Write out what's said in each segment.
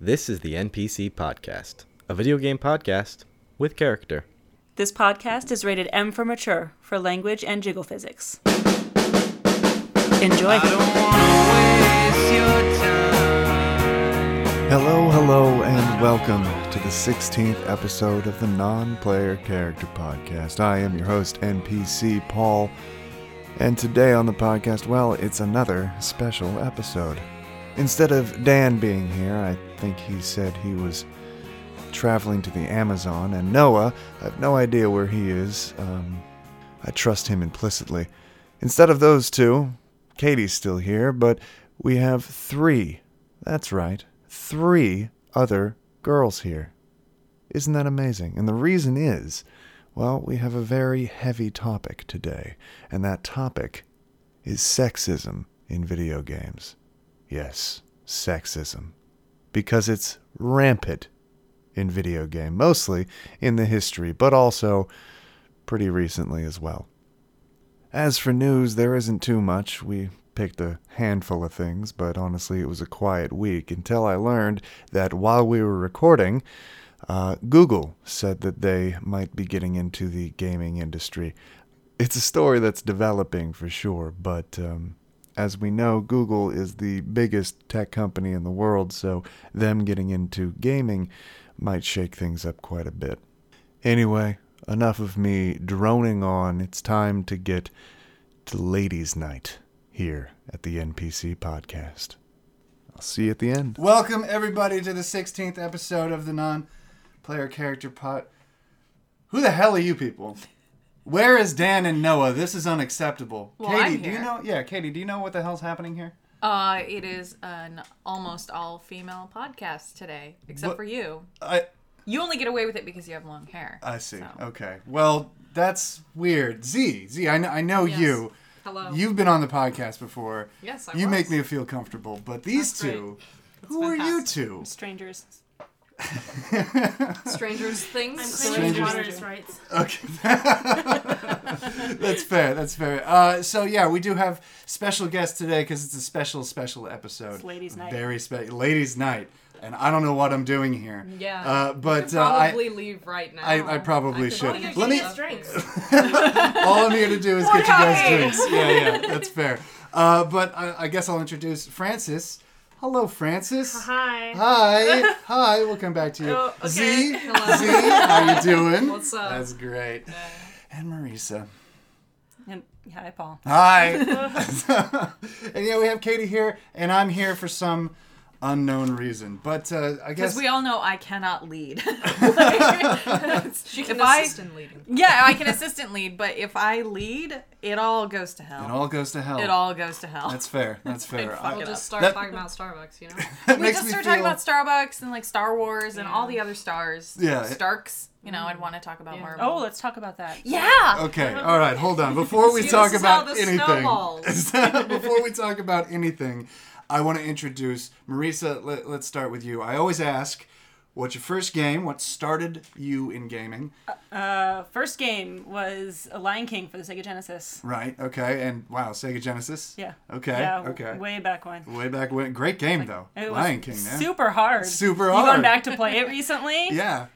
This is the NPC Podcast, a video game podcast with character. This podcast is rated M for mature for language and jiggle physics. Enjoy. Hello, hello, and welcome to the 16th episode of the Non Player Character Podcast. I am your host, NPC Paul, and today on the podcast, well, it's another special episode. Instead of Dan being here, I think he said he was traveling to the Amazon, and Noah, I have no idea where he is. Um, I trust him implicitly. Instead of those two, Katie's still here, but we have three. That's right, three other girls here. Isn't that amazing? And the reason is, well, we have a very heavy topic today, and that topic is sexism in video games. Yes, sexism. Because it's rampant in video game, mostly in the history, but also pretty recently as well. As for news, there isn't too much. We picked a handful of things, but honestly, it was a quiet week until I learned that while we were recording, uh, Google said that they might be getting into the gaming industry. It's a story that's developing for sure, but um, as we know, Google is the biggest tech company in the world, so them getting into gaming might shake things up quite a bit. Anyway, enough of me droning on. It's time to get to Ladies' Night here at the NPC Podcast. I'll see you at the end. Welcome everybody to the 16th episode of the non-player character pot. Who the hell are you people? Where is Dan and Noah? This is unacceptable. Well, Katie, I'm do you here. know? Yeah, Katie, do you know what the hell's happening here? Uh, it is an almost all female podcast today, except What- for you. I You only get away with it because you have long hair. I see. So. Okay. Well, that's weird. Z, Z, I know, I know Yes. you. Hello. You've been on the podcast before. Yes, I You make was. me feel comfortable, but these That's great. two, who are you two? Strangers. strangers things. Strangers. Water's rights. Okay. that's fair. That's fair. Uh, so yeah, we do have special guests today because it's a special, special episode. It's ladies' night. Very special. Ladies' night. And I don't know what I'm doing here. Yeah. Uh, Could but uh, probably I, leave right now. I, I probably could should. probably Let me. just- drinks. All I'm here to do is get you guys happened? drinks. Yeah, yeah. That's fair. Uh, but I, I guess I'll introduce Francis. Hello, Francis. Hi. Hi, hi. We'll come back to you. Oh, okay. Z, Z, how you doing? What's up? That's great. And Marisa. And hi, Paul. Hi. and yeah, we have Katie here, and I'm here for some unknown reason. But uh, I guess Because we all know I cannot lead. She can If I- assist in leading. yeah, I can assistant lead, but if I lead, it all goes to hell. it all goes to hell. It all goes to hell. That's fair. That's fair. fuck I- it We'll up. just start That- talking about Starbucks, you know? that we makes just me started feel, talking about Starbucks and like Star Wars and all the other stars. Yeah. Starks. You know, I'd want to talk about Yeah. Marvel. Oh, let's talk about that. yeah. Okay, all right, hold on. Before we See, talk this is about how this anything, snowballs. before we talk about anything, I want to introduce Marisa. Let, let's start with you. I always ask, what's your first game? What started you in gaming? Uh, first game was a Lion King for the Sega Genesis. Right. Okay. And wow, Sega Genesis. Yeah. Okay. Yeah, okay. Way back when. Way back when, great game though. It was Lion King, man. Super hard. Super You hard. gone back to play it recently? Yeah.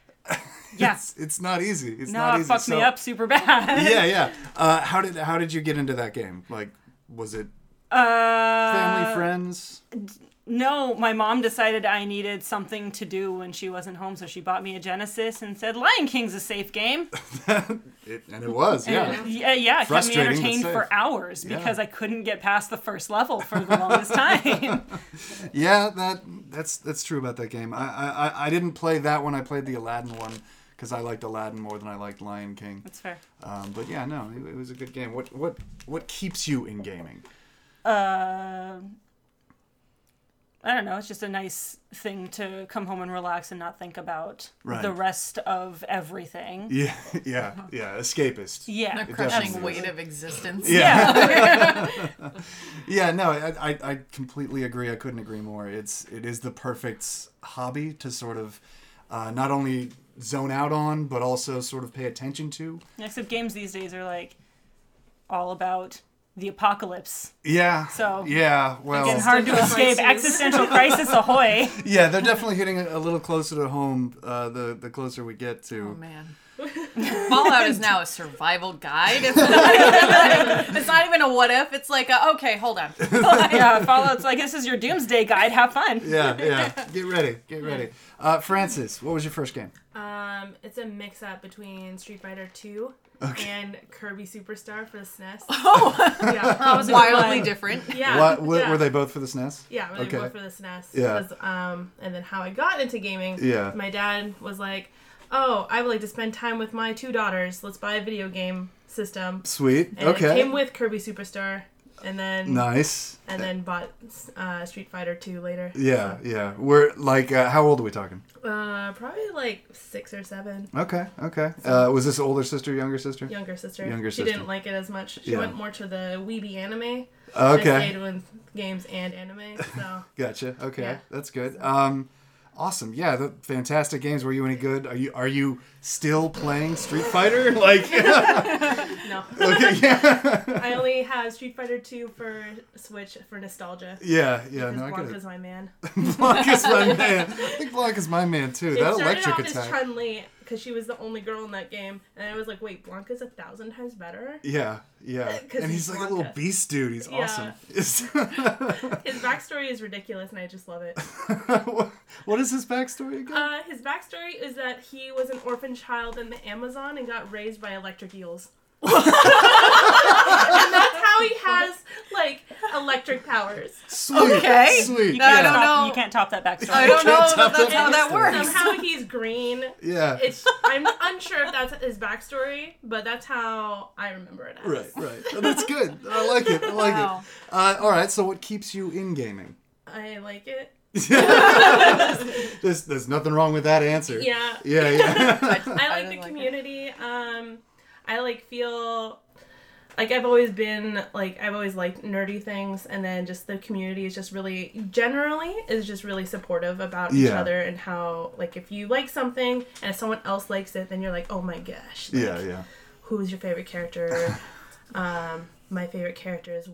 Yeah. It's, it's not easy. It's No, not it easy. fucked So- me up super bad. yeah, yeah. Uh, how did how did you get into that game? Like, was it Uh, family, friends? No, my mom decided I needed something to do when she wasn't home, so she bought me a Genesis and said, Lion King's a safe game. It, and it was, yeah. Yeah, yeah, it kept me Frustrating, but entertained safe. for hours because I couldn't get past the first level for the longest time. Yeah, that that's that's true about that game. I I, I- I didn't play that one. I played the Aladdin one because I liked Aladdin more than I liked Lion King. That's fair. Um, but yeah, no, it, it was a good game. What what what keeps you in gaming? Uh, I don't know. It's just a nice thing to come home and relax and not think about Right. the rest of everything. Yeah, yeah, yeah. Escapist. Yeah. The definitely crushing is. weight of existence. Yeah, no, I, I, I completely agree. I couldn't agree more. It's it is the perfect hobby to sort of uh, not only zone out on, but also sort of pay attention to. Except games these days are like all about the apocalypse. Yeah. So- yeah, well, Again, hard to escape. crises. Existential crisis ahoy. yeah, they're definitely hitting a, a little closer to home. Uh, the the closer we get to. Oh man. Fallout is now a survival guide. It's not even, like, it's not even a what if. It's like, a, okay, hold on. yeah, Fallout's like, this is your doomsday guide. Have fun. yeah, yeah. Get ready, get ready. Uh, Francis, what was your first game? Um, it's a mix up between Street Fighter 2 and Kirby Superstar for the SNES. Oh, yeah. was a good wildly one. different. Yeah. what what- Uh, yeah. were they both for the E SNES? Yeah, when Okay. I worked for the SNES. Yeah. was, um, and then how I got into gaming. Yeah. My dad was like, "Oh, I would like to spend time with my two daughters. Let's buy a video game system." Sweet. And okay. It came with Kirby Superstar, and then nice. and then bought uh, Street Fighter Two later. Yeah, yeah. We're like, uh, how old are we talking? Uh, probably like six or seven. Okay, okay. Uh, was this older sister, younger sister? Younger sister. Younger she sister. didn't like it as much. She Yeah. went more to the weeby anime. I Okay, stayed with games and anime. So gotcha. Okay, Yeah. that's good. Um, awesome. Yeah, the fantastic games. Were you any good? Are you are you still playing Street Fighter? Like, no, okay, yeah, I only have Street Fighter Two for Switch for nostalgia. yeah, yeah. Because No, I Blanca's gotta. my man. Blanc is my man. I think Blanc is my man too. It that started electric off as attack. Chun Li because she was the only girl in that game, and I was like, wait, Blanca's a thousand times better. yeah, yeah. Uh, 'Cause And he's he's like a Blanca. little beast dude. He's Yeah. awesome. His backstory is ridiculous, and I just love it. what, what is his backstory again? Uh, his backstory is that he was an orphan child in the Amazon and got raised by electric eels. and that's how he has like electric powers. sweet, okay. sweet. You No, I can't don't top- know. You can't top that backstory. I don't know Can't that tell that's that how that backstory. works. Somehow he's green. yeah. It's I'm unsure if that's his backstory, but that's how I remember it. As. Right, right. Oh, that's good. I like it. I like Wow. it. Uh, all right. So, what keeps you in gaming? I like it. There's, there's nothing wrong with that answer. Yeah. Yeah, yeah. I like the didn't like it. community. um, I like feel like I've always been like I've always liked nerdy things, and then just the community is just really generally is just really supportive about each Yeah. other and how like if you like something and if someone else likes it, then you're like, oh my gosh, like, yeah, yeah. who's your favorite character? um, my favorite character is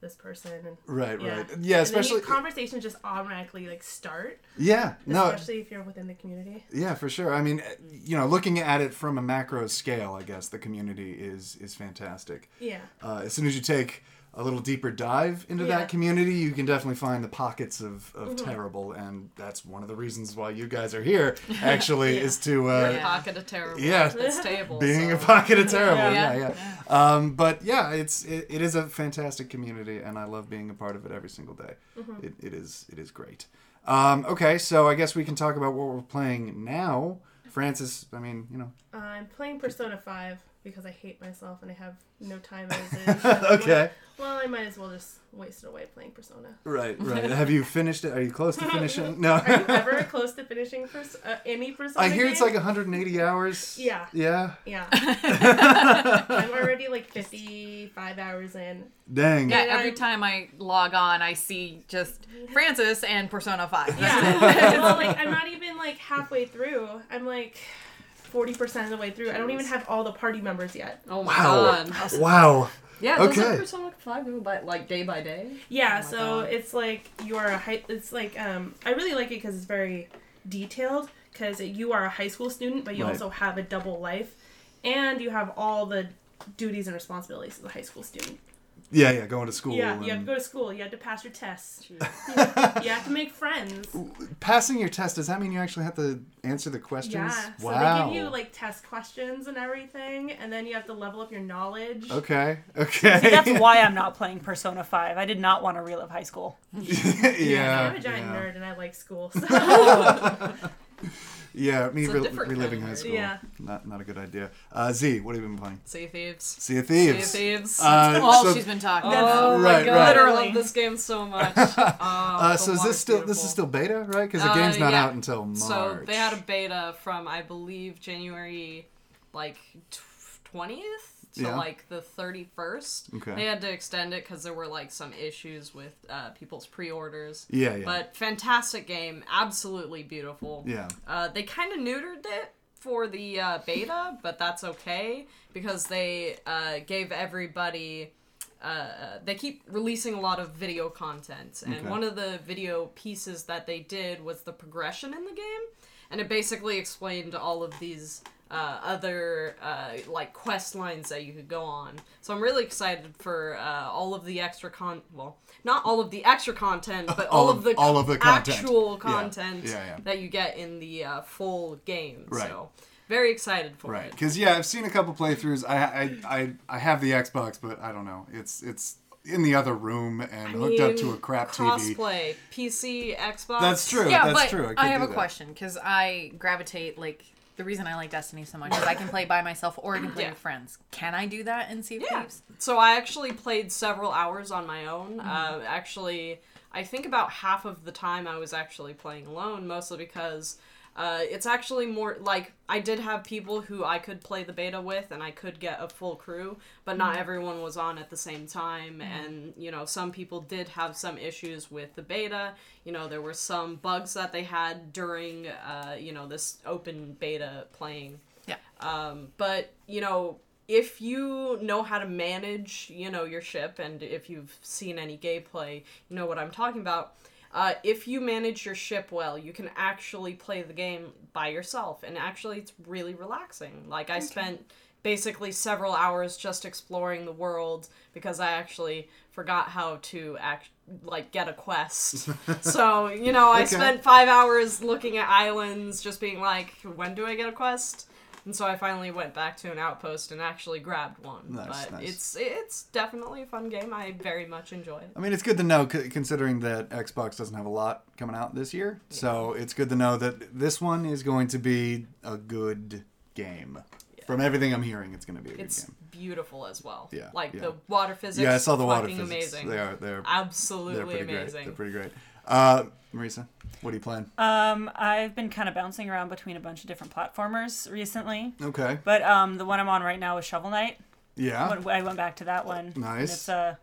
this person. And, Right, right. Yeah, And then especially- you, conversations just automatically like start, Yeah. No. especially if you're within the community. Yeah, for sure. I mean, you know, looking at it from a macro scale, I guess the community is is fantastic. Yeah. Uh, as soon as you take a little deeper dive into Yeah. that community, you can definitely find the pockets of, of terrible, and that's one of the reasons why you guys are here. Actually, is to uh, Pocket of terrible. Yeah. It's table. being so. a pocket of terrible. Yeah, Yeah. yeah. Um, but yeah, it's it, it is a fantastic community, and I love being a part of it every single day. Mm-hmm. It, it is it is great. Um, okay, so I guess we can talk about what we're playing now. Francis, I mean, you know. I'm playing Persona 5 because I hate myself and I have no time as it is. So I'm like, Okay. well, I might as well just waste it away playing Persona. Right, right. Have you finished it? Are you close to finishing? Are you No. ever close to finishing pers- uh, any Persona I hear it's game? like 180 hours. Yeah. Yeah. Yeah. I'm already like 55 hours in. Dang. Yeah, And every I'm- time I log on, I see just Francis and Persona 5. Yeah. well, like, I'm not even like halfway through. I'm like 40% of the way through. I don't even have all the party members yet. Oh my Wow. god. Wow. Yeah, Okay. doesn't Persona 5 go by, like day by day? Oh Yeah, my so God. it's like you are a high. It's like um, I really like it because it's very detailed. Because you are a high school student, but you Right. also have a double life, and you have all the duties and responsibilities of a high school student. Yeah, yeah. Going to school. yeah, you have to and... go to school. You have to pass your tests. you have to make friends. Passing your test, does that mean you actually have to answer the questions? Yeah, so wow. they give you like test questions and everything, and then you have to level up your knowledge. Okay. Okay. See, that's why I'm not playing Persona 5. I did not want to relive high school. yeah. Yeah, Yeah. I'm a giant nerd, and I like school. So Yeah, me a re- different kind reliving of high nerd. school. Yeah. Not not a good idea. Uh, Z, what have you been playing? Sea of Thieves. Sea of Thieves. Sea of Thieves. Uh, All so, she's been talking about. oh Right, my god, right. I love this game so much. Oh, uh, the so is water's this still this beautiful. is still beta, right? Because the Uh, game's not yeah. out until March. So they had a beta from I believe January like twentieth to Yeah. like the thirty first. Okay. They had to extend it because there were like some issues with uh, people's pre-orders. Yeah, yeah. But fantastic game, absolutely beautiful. Yeah. Uh, they kind of neutered it for the uh, beta, but that's okay because they uh, gave everybody uh, they keep releasing a lot of video content, and Okay. one of the video pieces that they did was the progression in the game, and it basically explained all of these uh, other uh, like quest lines that you could go on. So I'm really excited for uh, all of the extra con, well, not all of the extra content, but all, All of, of- the all of the content. actual Yeah. content Yeah, yeah. that you get in the uh, full game. Right. So very excited for Right, it. because yeah, I've seen a couple playthroughs. I, I I I have the Xbox, but I don't know. It's it's in the other room and hooked up to a crap TV. Crossplay, PC, Xbox. That's true. yeah, that's but true. I, could have do a that. question because I gravitate like the reason I like Destiny so much is I can play by myself or I can play Yeah. with friends. Can I do that in Sea of Yeah. Thieves? So I actually played several hours on my own. Uh, actually, I think about half of the time I was actually playing alone, mostly because uh, it's actually more like I did have people who I could play the beta with and I could get a full crew, but not everyone was on at the same time. And, you know, some people did have some issues with the beta. You know, there were some bugs that they had during, uh, you know, this open beta playing. Yeah. Um, but you know, if you know how to manage, you know, your ship, and if you've seen any gameplay, you know what I'm talking about. Uh, if you manage your ship well, you can actually play the game by yourself, and actually, it's really relaxing. Like I spent basically several hours just exploring the world because I actually forgot how to act like get a quest. so you know, I Okay. spent five hours looking at islands, just being like, when do I get a quest? And so I finally went back to an outpost and actually grabbed one. Nice, but nice. it's it's definitely a fun game. I very much enjoy it. I mean, it's good to know c- considering that Xbox doesn't have a lot coming out this year. So it's good to know that this one is going to be a good game. From everything I'm hearing, it's going to be a good It's game. beautiful as well. Yeah, Like yeah. the water physics. Yeah, I saw the water fucking physics. Amazing. They are they're they're Absolutely pretty great. amazing. They're pretty great. Uh, Marisa, what are you playing? Um, I've been kind of bouncing around between a bunch of different platformers recently, okay. but um, the one I'm on right now is Shovel Knight. Yeah. When- I went back to that one. and Nice. It's a,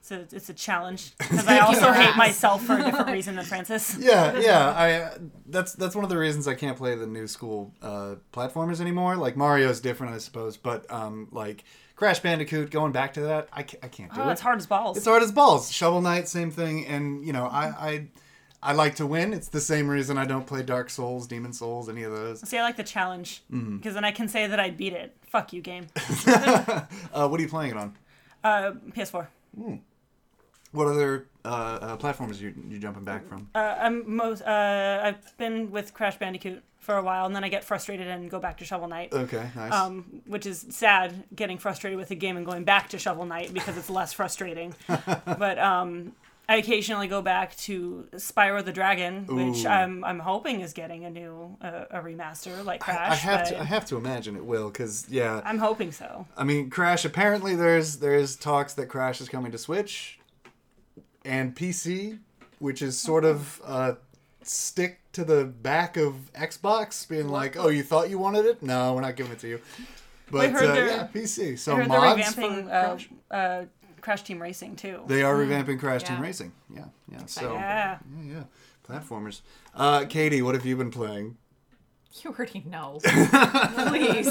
it's a, it's a challenge because I also hate myself for a different reason than Francis. yeah, yeah. I uh, that's that's one of the reasons I can't play the new school uh, platformers anymore. Like Mario's different, I suppose, but um, like Crash Bandicoot, going back to that, I ca- I can't do Oh, it. it's hard as balls. It's hard as balls. Shovel Knight, same thing. And you know, I I I like to win. It's the same reason I don't play Dark Souls, Demon Souls, any of those. See, I like the challenge Mm-hmm. because then I can say that I beat it. Fuck you, game. Uh, what are you playing it on? Uh, PS4. What other uh, uh, platforms you you jumping back from? Uh, I'm most. Uh, I've been with Crash Bandicoot for a while, and then I get frustrated and go back to Shovel Knight, Okay, nice. um, which is sad. Getting frustrated with a game and going back to Shovel Knight because it's less frustrating. but um, I occasionally go back to Spyro the Dragon, which Ooh. I'm I'm hoping is getting a new uh, a remaster like I, Crash. I have but to I have to imagine it will because yeah, I'm hoping so. I mean, Crash. Apparently, there's there's talks that Crash is coming to Switch and PC, which is sort of a stick to the back of Xbox, being like, "Oh, you thought you wanted it? No, we're not giving it to you." But heard uh, they're- yeah, I PC. So heard they're mods. for revamping Crash. uh, uh, Crash Team Racing too. They are revamping Crash Team Yeah. Racing. Yeah, yeah. So yeah, yeah. yeah. Platformers. Uh, Katie, what have you been playing? You already know. Please.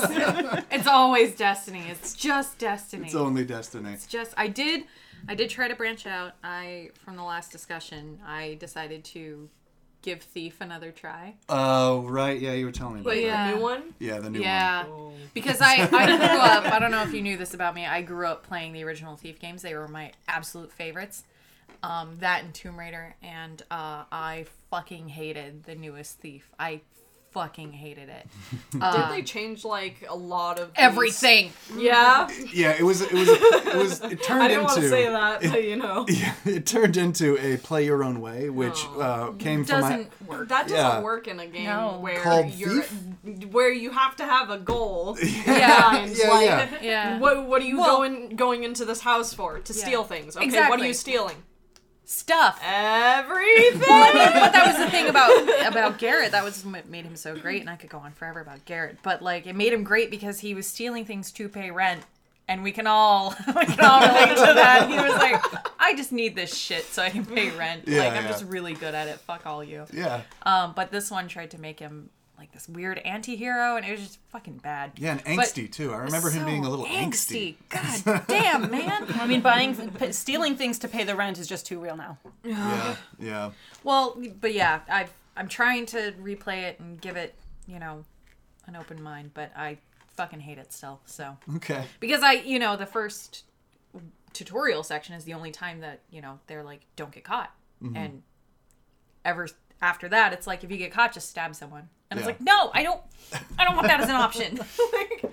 it's always Destiny. It's just Destiny. It's only Destiny. It's just I did I did try to branch out. I from the last discussion, I decided to give Thief another try. Oh, right. Yeah, you were telling me about Wait, that. Yeah. the new one? Yeah, the new one. yeah. Because I, I grew up, I don't know if you knew this about me, I grew up playing the original Thief games. They were my absolute favorites. Um, that and Tomb Raider. And uh, I fucking hated the newest Thief. I fucking hated it. Did they change like a lot of these- Um, Everything. Yeah. Yeah, it was. It was. It was. It turned I didn't want into. to say that, but you know. Yeah, it turned into a play your own way, which uh, came from my. Oh. Doesn't work. That doesn't Yeah. work in a game No. where Called you're where you have to have a goal. Yeah. And, Yeah, like, yeah. Yeah. What, what are you Well- going going into this house for? To steal things. Okay, what are Exactly. you stealing? Stuff. Everything. but that was the thing about about Garrett. That was what made him so great, and I could go on forever about Garrett. But like, it made him great because he was stealing things to pay rent, and we can all we can all relate to that. He was like, I just need this shit so I can pay rent. Yeah, like, I'm yeah. just really good at it. Fuck all you. Yeah, Um, but this one tried to make him like this weird anti-hero and it was just fucking bad. Yeah, and But- angsty too. I remember him being a so little angsty. God damn, man. I mean, buying, p- stealing things to pay the rent is just too real now. Yeah, yeah. Well, but yeah, I I'm trying to replay it and give it, you know, an open mind, but I fucking hate it still. So Okay. because I, you know, the first tutorial section is the only time that you know they're like, don't get caught, Mm-hmm. and ever after that, it's like if you get caught, just stab someone, and it's Yeah. like, no, I don't, I don't want that as an option. like,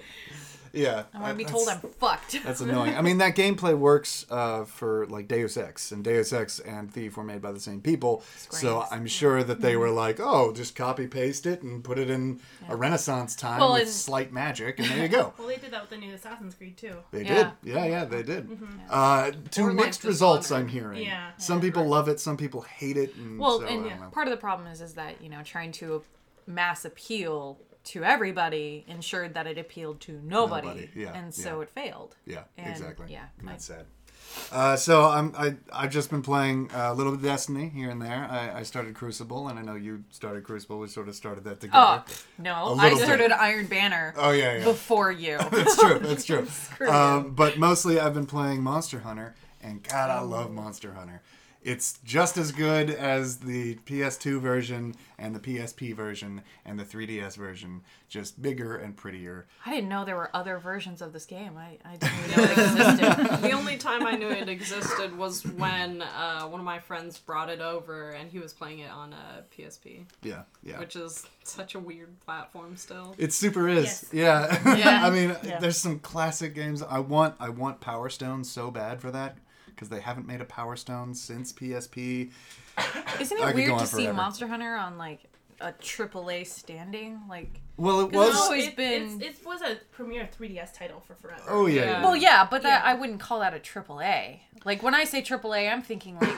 Yeah. I want to be That's- told I'm fucked. That's annoying. I mean, that gameplay works uh, for like Deus Ex, and Deus Ex and Thief were made by the same people. So Enix. I'm sure that Mm-hmm. they were like, "Oh, just copy paste it and put it in a Renaissance time Well, with and- slight magic, and there you go." Well, they did that with the new Assassin's Creed too. They Yeah. Mm-hmm. did. Yeah, yeah, they did. Uh, two Or, like, mixed results Dishonored. I'm hearing. Yeah. Some people love it, some people hate it. And Well, so, um, I and don't know. part of the problem is is that you know trying to mass appeal to everybody ensured that it appealed to nobody, Nobody, yeah, and so yeah. it failed. Yeah, And, exactly. yeah, and I- that's sad. Uh, so I'm I I've just been playing uh, a little bit of Destiny here and there. I, I started Crucible, and I know you started Crucible. We sort of started that together. Oh no! A I little bit. started Iron Banner Oh, yeah, yeah. before you. That's true. That's true. um, but mostly, I've been playing Monster Hunter, and God, I love Monster Hunter. It's just as good as the PS2 version and the PSP version and the 3DS version, just bigger and prettier. I didn't know there were other versions of this game. I, I didn't know it existed. the only time I knew it existed was when uh, one of my friends brought it over and he was playing it on uh, a PSP, Yeah, yeah. which is such a weird platform still. It super is. Yes. Yeah. Yeah. I mean, there's some classic games. I want I want Power Stone so bad for that because they haven't made a Power Stone since PSP. Isn't I it could go weird on to see forever. Monster Hunter on like a AAA standing? Like, Well, it Because was. it's always been- It's, it was a premier 3DS title for forever. oh yeah. Yeah. yeah. well, yeah, but that I wouldn't call that a AAA. Like when I say AAA, I'm thinking like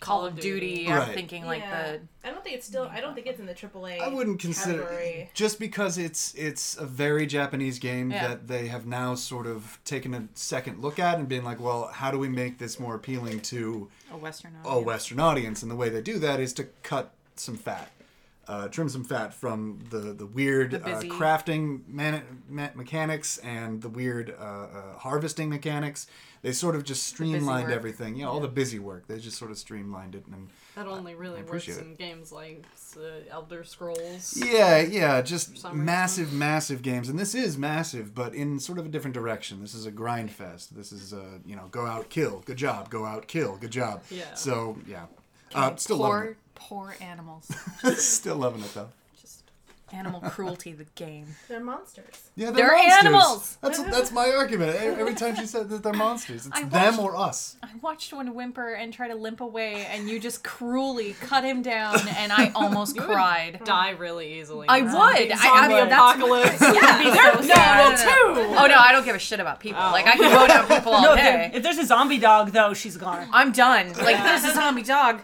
Call of Duty. I'm Right. thinking like the I don't think it's still. I don't think it's in the AAA. I wouldn't consider category. just because it's it's a very Japanese game Yeah. that they have now sort of taken a second look at and being like, well, how do we make this more appealing to a Western. a audience. Western audience, and the way they do that is to cut some fat, uh, trim some fat from the the weird uh, busy- crafting man- me- mechanics and the weird uh, uh, harvesting mechanics. They sort of just streamlined work. everything. Yeah, all the busy work. They just sort of streamlined it and. That only really works appreciate it. in games like uh, Elder Scrolls. Yeah, yeah, just reason. massive, massive games, and this is massive, but in sort of a different direction. This is a grind fest. This is a you know go out kill, good job, go out kill, good job. Yeah. So yeah, uh, still loving poor, poor animals. it. still loving it though. Just animal cruelty. The game. They're monsters. Yeah, They're monsters. animals! That's that's my argument. E- Every time she said that they're monsters, it's I them watched- or us. I watched one whimper and try to limp away, and you just cruelly cut him down, and I almost cried. Die really easily. I in would. zombie- I- I zombie mean, that's- apocalypse. Yeah, they're so sad. Oh no, I don't give a shit about people. Like I can vote out people all No, if, there- day. if there's a zombie dog, though, she's gone. I'm done. Like there's a zombie dog.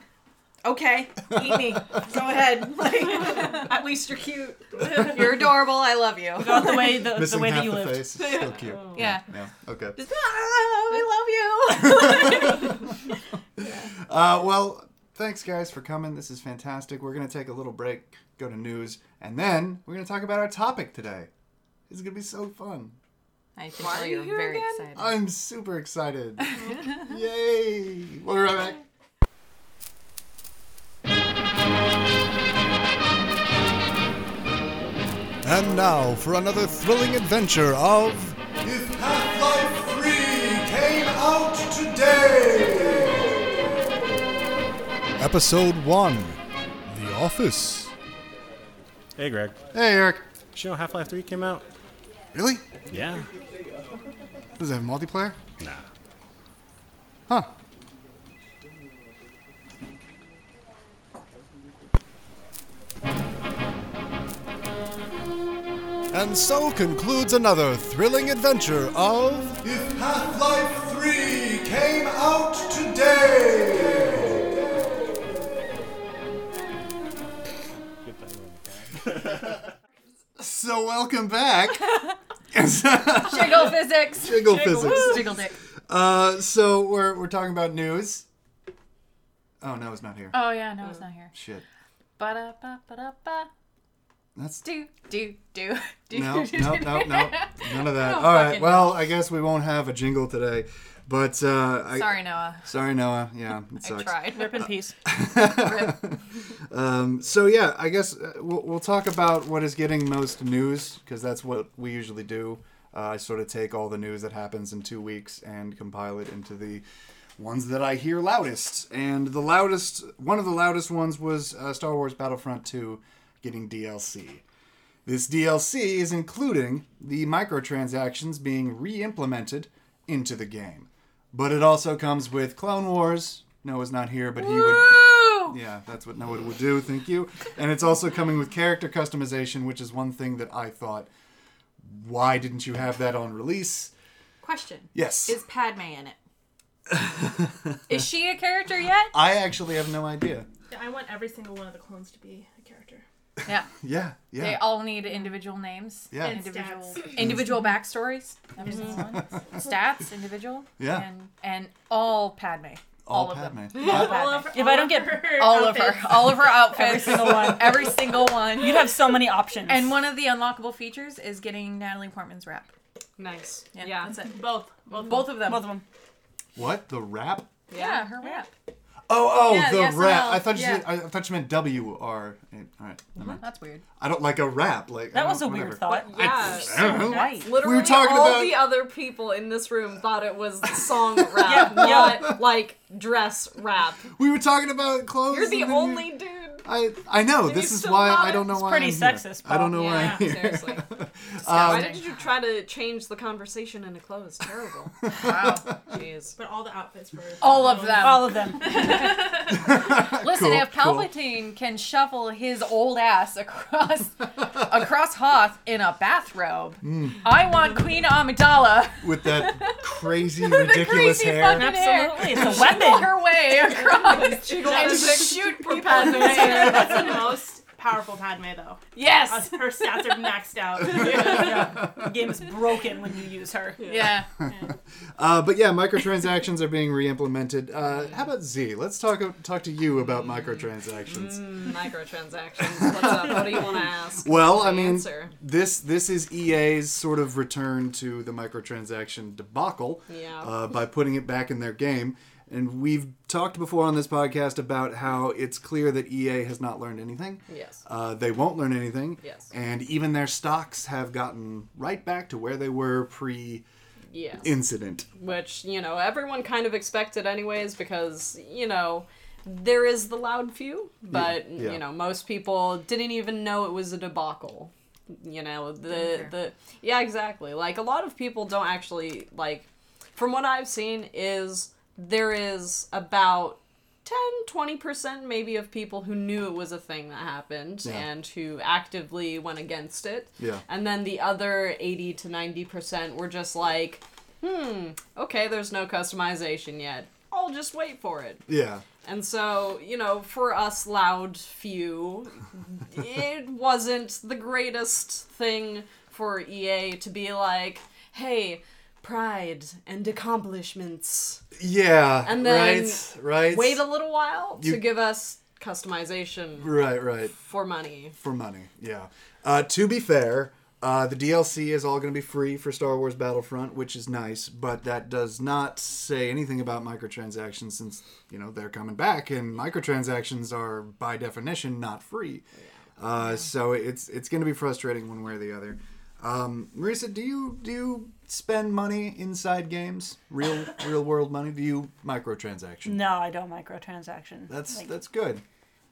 Okay, eat me. Go ahead. Like, At least you're cute. you're adorable. I love you. Not the way the, the Missing way that half you the lived. face. It's still cute. Yeah. Yeah. Okay. Ah, I love you. Uh, well, thanks guys for coming. This is fantastic. We're gonna take a little break, go to news, and then we're gonna talk about our topic today. It's gonna be so fun. I can tell you're here very again? excited. I'm super excited. Yay! We'll be right back. And now for another thrilling adventure of If Half-Life 3 came out today. Episode 1 The Office. Hey, Greg. Hey, Eric. Did you know Half Life 3 came out? Really? Yeah. Does it have multiplayer? Nah. Huh. And so concludes another thrilling adventure of If Half-Life 3 came out today. so welcome back. Jiggle physics. Jiggle physics. Jiggle dick. Uh, so we're we're talking about news. Oh no, it's not here. Oh yeah, no, it's not here. Shit. Ba-da-ba-ba-da-ba. That's Do, do, do, do. no, do, no, do, no, do. no, none of that. don't All right. fucking Well, I guess we won't have a jingle today, but uh, I, Sorry, Noah. sorry, Noah. Yeah, it I sucks. tried. Rip in peace. Um, so yeah, I guess uh, we'll, we'll talk about what is getting most news because that's what we usually do. Uh, I sort of take all the news that happens in two weeks and compile it into the ones that I hear loudest. And the loudest, one of the loudest ones was uh, Star Wars Battlefront 2 getting DLC. This DLC is including the microtransactions being re implemented into the game. But it also comes with Clone Wars. Noah's not here, but he would. Yeah, that's what Noah would do. Thank you. And it's also coming with character customization, which is one thing that I thought, why didn't you have that on release? Question. Yes. Is Padme in it? Is she a character yet? I actually have no idea. Yeah, I want every single one of the clones to be a character. Yeah. Yeah, yeah. They all need individual names. Yeah. And Individual individual backstories. Every single one. Stats, individual. Mm-hmm. Yeah. And and all Padme. All, of them. Padme. Uh, Yeah. Padme. If I don't get All of her. All of her outfits. every single one, Every single one. you'd have so many options. And one of the unlockable features is getting Natalie Portman's rap. Nice. Yeah, Yeah, that's that's it. it. Both. Both. Both of them. both of them. What? The rap? Yeah, her rap. Oh, oh, Yeah, the yes and rap. no. I thought you Yeah. said, I I thought you meant W R. All right. never mind. That's weird. I don't like a rap. Like I That don't- was a whatever. weird thought. Yeah. I don't know. Right. Literally, were talking all about- the other people in this room thought it was song rap, Yeah, not like dress rap. We were talking about clothes. You're and the then only dude. I I know. This you is still why love I it? don't know why. pretty I'm sexist, Here. I don't know why. Yeah, Um, I'm here. seriously. Why did you try to change the conversation into clothes? Terrible. Wow. Jeez. But all the outfits were. All of them. All of them. Listen, Cool, if cool. Palpatine can shuffle his old ass across across Hoth in a bathrobe, I want Queen Amidala With that crazy, with the ridiculous crazy hair. fucking hair. Absolutely, it's a Shuffle weapon. her way across and Just shoot people in Padme. the face. That's the most powerful Padme, though. Uh, Yes. Her stats are maxed out. The game is broken when you use her. Yeah. Uh, but yeah, microtransactions are being re-implemented. Uh, how about Z? Let's talk talk to you about Mm. microtransactions. Microtransactions. What's up? What do you want to ask? Well, What's I the mean, answer? this this is EA's sort of return to the microtransaction debacle Yeah. uh, by putting it back in their game. And we've talked before on this podcast about how it's clear that EA has not learned anything. Yes. Uh, they won't learn anything. Yes. And even their stocks have gotten right back to where they were pre Yes. incident. which you know everyone kind of expected anyways because you know there is the loud few but yeah. you know most people didn't even know it was a debacle you know the the yeah exactly like a lot of people don't actually like from what i've seen is there is about 10 20% maybe of people who knew it was a thing that happened Yeah. and who actively went against it Yeah. and then the other 80 to 90% were just like hmm, okay, there's no customization yet. I'll just wait for it. Yeah. And so, you know, for us loud few, it wasn't the greatest thing for EA to be like, hey, pride and accomplishments. Yeah. And then right. Right. Wait a little while You- to give us customization right. Right. for money. for money. Yeah. Uh, to be fair, uh, the DLC is all going to be free for Star Wars Battlefront, which is nice, but that does not say anything about microtransactions since, you know, they're coming back and microtransactions are by definition not free. Uh, so it's it's going to be frustrating one way or the other. Um, Marisa, do you do you spend money inside games? Real real world money? Do you microtransaction? No, I don't microtransaction. That's Like, that's good.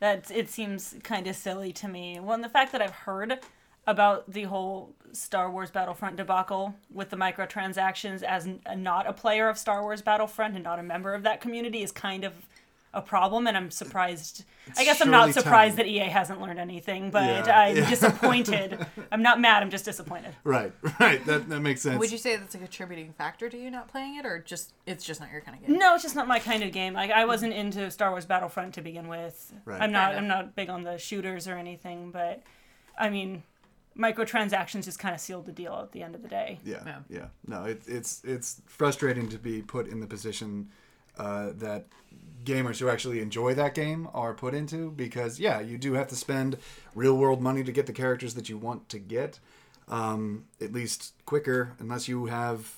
that it seems kind of silly to me. Well, and the fact that I've heard about the whole Star Wars Battlefront debacle with the microtransactions as n- not a player of Star Wars Battlefront and not a member of that community is kind of a problem and I'm surprised I guess I'm surely not surprised time. that EA hasn't learned anything but Yeah. I'm disappointed I'm not mad I'm just disappointed Right, right. That that makes sense. Would you say that's a contributing factor to you not playing it, or just it's just not your kind of game? no it's just not my kind of game like I wasn't into Star Wars Battlefront to begin with Right. I'm Fair not enough. I'm not big on the shooters or anything but I mean microtransactions just kind of sealed the deal at the end of the day Yeah, yeah. Yeah. No, it, it's it's frustrating to be put in the position uh, that gamers who actually enjoy that game are put into because yeah, you do have to spend real world money to get the characters that you want to get, um, at least quicker unless you have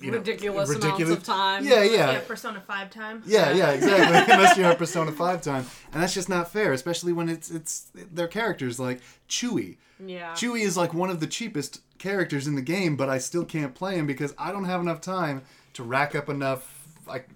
you know, ridiculous, ridiculous- amounts of time. Yeah, Yeah. yeah, Persona 5 time. yeah, yeah, exactly. Unless you have Persona Five time, and that's just not fair, especially when it's it's their characters like Chewy. Yeah. Chewy is like one of the cheapest characters in the game, but I still can't play him because I don't have enough time to rack up enough like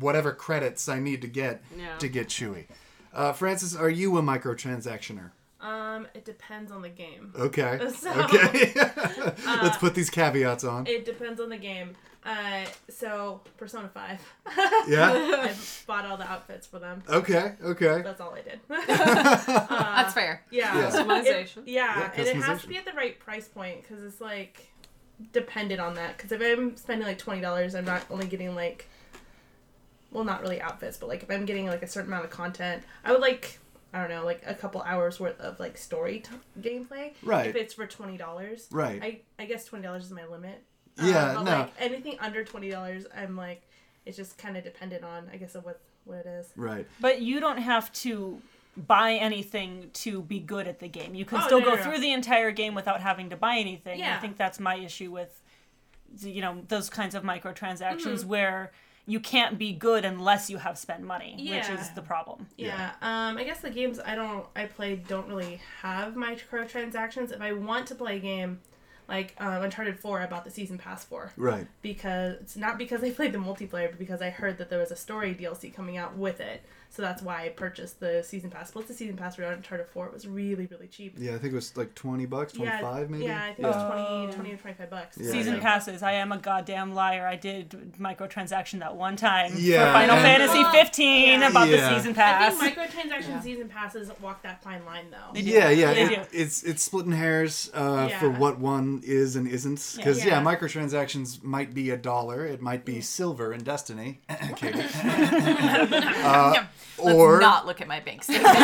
whatever credits I need to get Yeah. to get Chewy. Uh, Francis, are you a microtransactioner? Um, it depends on the game. Okay. So- uh, okay. Let's put these caveats on. It depends on the game. Uh, so Persona 5. Yeah. I bought all the outfits for them. Okay. Okay. That's all I did. That's fair. yeah. Yeah. Customization. It- yeah, Yeah, and it has to customization. be at the right price point because it's like dependent on that. Because if I'm spending like twenty dollars, I'm not only getting like, well, not really outfits, but like if I'm getting like a certain amount of content, I would like I don't know like a couple hours worth of like story t- gameplay. Right. If it's for twenty dollars. Right. I I guess twenty dollars is my limit. Um, Yeah, uh, but, no. Like anything under twenty dollars, I'm like, it's just kind of dependent on I guess of what what it is. Right. But you don't have to buy anything to be good at the game. You can Oh, still no, go no, no. through the entire game without having to buy anything. I Yeah. think that's my issue with you know those kinds of microtransactions Mm. where you can't be good unless you have spent money, which is Yeah. the problem. Yeah. Um, I guess the games I don't I play don't really have microtransactions. If I want to play a game, like um, Uncharted Four, I bought the season pass for Right. because it's not because I played the multiplayer, but because I heard that there was a story DLC coming out with it. So that's why I purchased the season pass. Plus the season pass for Uncharted Four, it was really really cheap. Yeah, I think it was like twenty bucks, twenty five maybe. Yeah, I think it was 20, 20 to 25 bucks. Yeah, Oh. Season yeah. passes. I am a goddamn liar. I did microtransaction that one time Yeah, for Final and- Fantasy 15 Yeah. about Yeah. the season I pass. think microtransactions season passes walk that fine line though. Yeah, yeah, They it- do. it's it's splitting hairs uh, for Yeah. what one is and isn't. Because yeah. Yeah. microtransactions might be a dollar, it might be silver in Destiny, Katie. Let's or not look at my bank statement.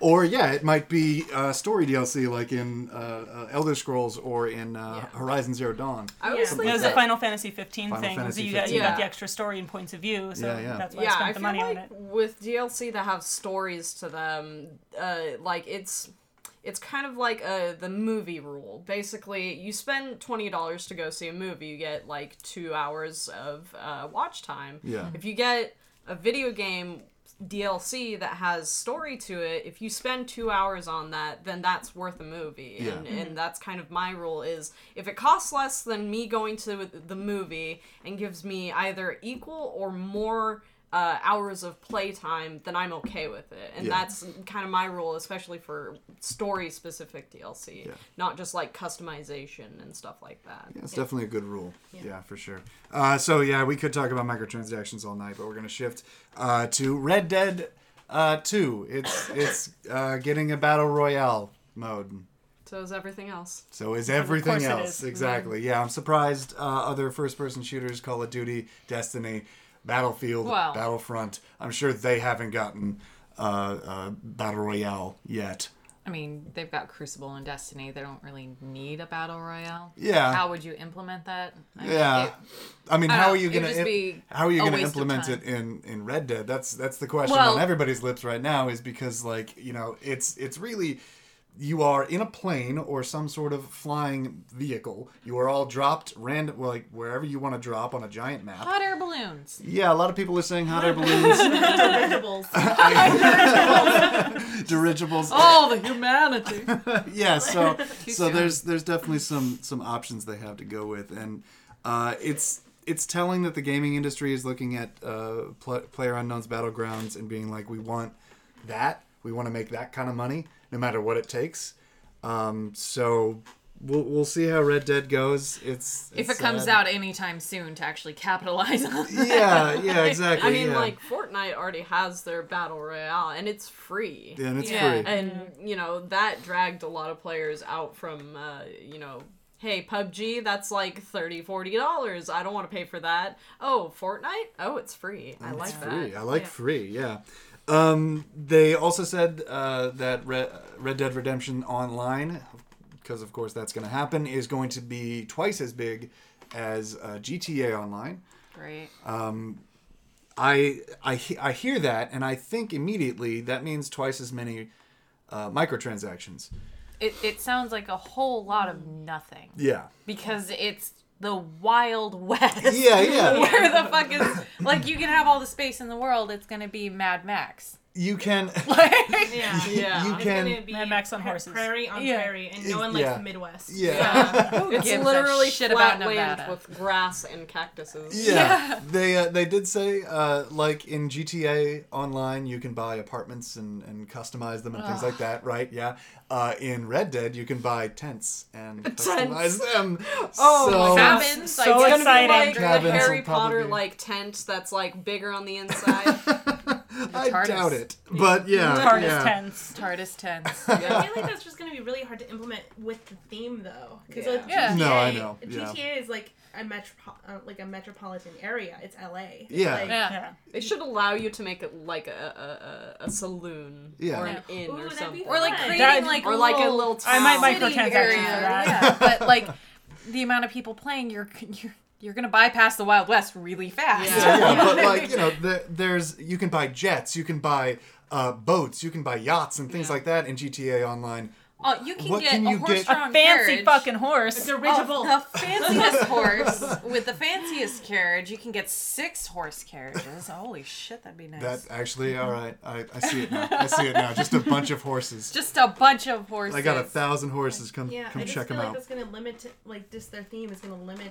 or yeah, it might be uh, story DLC like in uh, uh, Elder Scrolls or in uh, Horizon Zero Dawn. I always Yeah. think It was that- a Final Fantasy 15 Final thing. Fantasy so you got, you 15. got the Yeah. extra story and points of view. So Yeah, yeah. that's why I yeah, spent the feel money like on it. with DLC that have stories to them, uh, like it's it's kind of like uh, the movie rule. Basically, you spend twenty dollars to go see a movie, you get like two hours of uh, watch time. Yeah. If you get a video game DLC that has story to it, if you spend two hours on that, then that's worth a movie. Yeah. And, and that's kind of my rule is if it costs less than me going to the movie and gives me either equal or more uh, hours of playtime, then I'm okay with it. And Yeah. that's kind of my rule, especially for story specific DLC, not just like customization and stuff like that. Yeah, it's definitely a good rule. Yeah, for sure. Uh, so yeah, we could talk about microtransactions all night, but we're gonna shift uh, to Red Dead uh, Two. It's it's uh, getting a battle royale mode. So is everything else. So is everything course it else is. Mm-hmm. exactly? Yeah, I'm surprised uh, other first-person shooters, Call of Duty, Destiny, Battlefield, Well. Battlefront. I'm sure they haven't gotten uh, uh, battle royale yet. I mean, they've got Crucible and Destiny. They don't really need a battle royale. Yeah. How would you implement that? I mean, Yeah, it- I mean, I how don't are know, you it'd gonna just im- be how are you a gonna waste of implement time. it in in Red Dead? That's that's the question Well- on everybody's lips right now. Is because like you know, it's it's really you are in a plane or some sort of flying vehicle. You are all dropped random like wherever you want to drop on a giant map. hot air balloons. Yeah, a lot of people are saying hot air balloons, Vegetables. dirigibles. Oh, the humanity. yeah so so soon. there's there's definitely some some options they have to go with and uh, it's it's telling that the gaming industry is looking at uh, pl- player unknown's battlegrounds and being like we want that we want to make that kind of money no matter what it takes um, so we'll, we'll see how red dead goes it's, if it it's comes sad. out anytime soon to actually capitalize on yeah yeah exactly I mean, yeah. like Fortnite already has their battle royale, and it's free. yeah, and it's Yeah. free and you know that dragged a lot of players out from uh, you know hey pubg that's like 30 40 dollars i don't want to pay for that oh fortnite oh it's free i like free. that I like free. Yeah. Um, they also said uh, that Red, Red Dead Redemption Online, because of course that's going to happen, is going to be twice as big as uh, GTA Online. Great. I I he- I hear that and I think immediately that means twice as many uh, microtransactions. It, it sounds like a whole lot of nothing Yeah. because it's the wild west. Yeah, yeah. Where the fuck is like you can have all the space in the world, it's gonna be Mad Max. You can Like, Yeah. Yeah. you It's can be Mad Max on pra- horses. Prairie on Yeah. prairie, and no one likes Yeah. the Midwest. yeah. it's It's literally shit flat about Nevada. land with grass and cactuses. Yeah. They uh, they did say uh, like in GTA Online you can buy apartments and, and customize them and things like that, right? Yeah. Uh, in Red Dead you can buy tents and customize them. Oh, so, my Cabins, like, So it's It's gonna gonna exciting. be like Cabins the Harry will probably Potter be- like tent that's like bigger on the inside. I TARDIS. doubt it, but yeah, TARDIS yeah. tense. be TARDIS tents. I feel like that's just going to be really hard to implement with the theme, though. Because Yeah. like GTA, Yeah. No, I know. Yeah. GTA is like a metro- uh, like a metropolitan area. It's LA. It's Yeah. Like, Yeah. Yeah. They should allow you to make it like a a, a, a saloon Yeah. or an inn Ooh, or that'd be something, Or like Right. creating That- like or like a little little. I Town. might city microtransactions for area. that. Yeah, but like the amount of people playing, you're you're you're gonna bypass the Wild West really fast. Yeah. yeah, but like you know, the, there's you can buy jets, you can buy uh, boats, you can buy yachts and things like that in GTA Online. Oh, you can What get can a you get? horse-drawn Fancy carriage. fucking horse. Dirigible. Oh, the fanciest horse with the fanciest carriage. You can get six horse carriages. Holy shit, that'd be nice. That uh, actually, all right, I, I see it now. I see it now. Just a bunch of horses. Just a bunch of horses. I got a thousand horses. Come, yeah. come I just check them feel like out. that's going to limit, like, just their theme is going to limit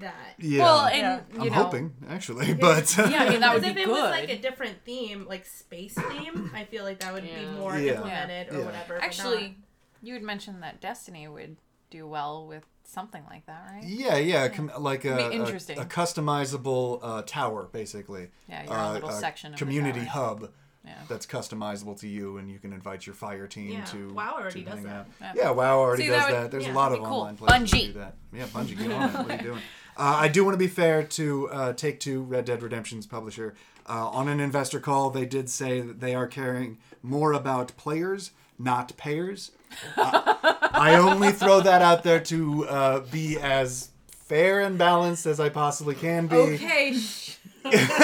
that. Yeah, Well, and I'm you know, hoping actually, but yeah, I mean that would Because be if it good. was like a different theme, like space theme, I feel like that would Yeah. be more Yeah. implemented or Yeah. whatever. but Actually, you had mentioned that Destiny would do well with something like that, right? yeah, yeah, com- like a, It'd be a- interesting. a customizable uh, tower, basically. Yeah, your Uh, own little a section of community the tower. hub. Yeah. That's customizable to you, and you can invite your fire team Yeah, to. WoW already to does hang that. out. Yeah. WoW already See, does that that. would- There's a yeah, lot that'd of be cool. online places that Bungie. do that. Yeah, Bungie, get on it. What are you doing? Uh, I do want to be fair to uh, Take Two, Red Dead Redemption's publisher. Uh, on an investor call, they did say that they are caring more about players, not payers. Uh, I only throw that out there to uh, be as fair and balanced as I possibly can be. Okay. sh-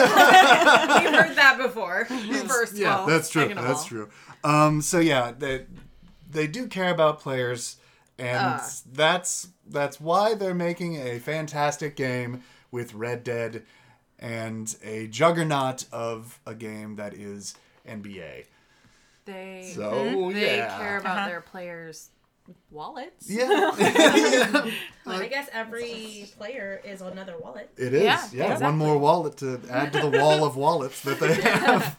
We've heard that before. First yeah, of all. that's true. Second of That's all. true. Um, so yeah, they they do care about players, and Uh. that's that's why they're making a fantastic game with Red Dead and a juggernaut of a game that is NBA. They So Mm-hmm. they yeah, care about Uh-huh. their players' wallets. yeah. not. I guess every player is another wallet. It is, yeah. Yeah, One exactly. more wallet to add to the wall of wallets that they have.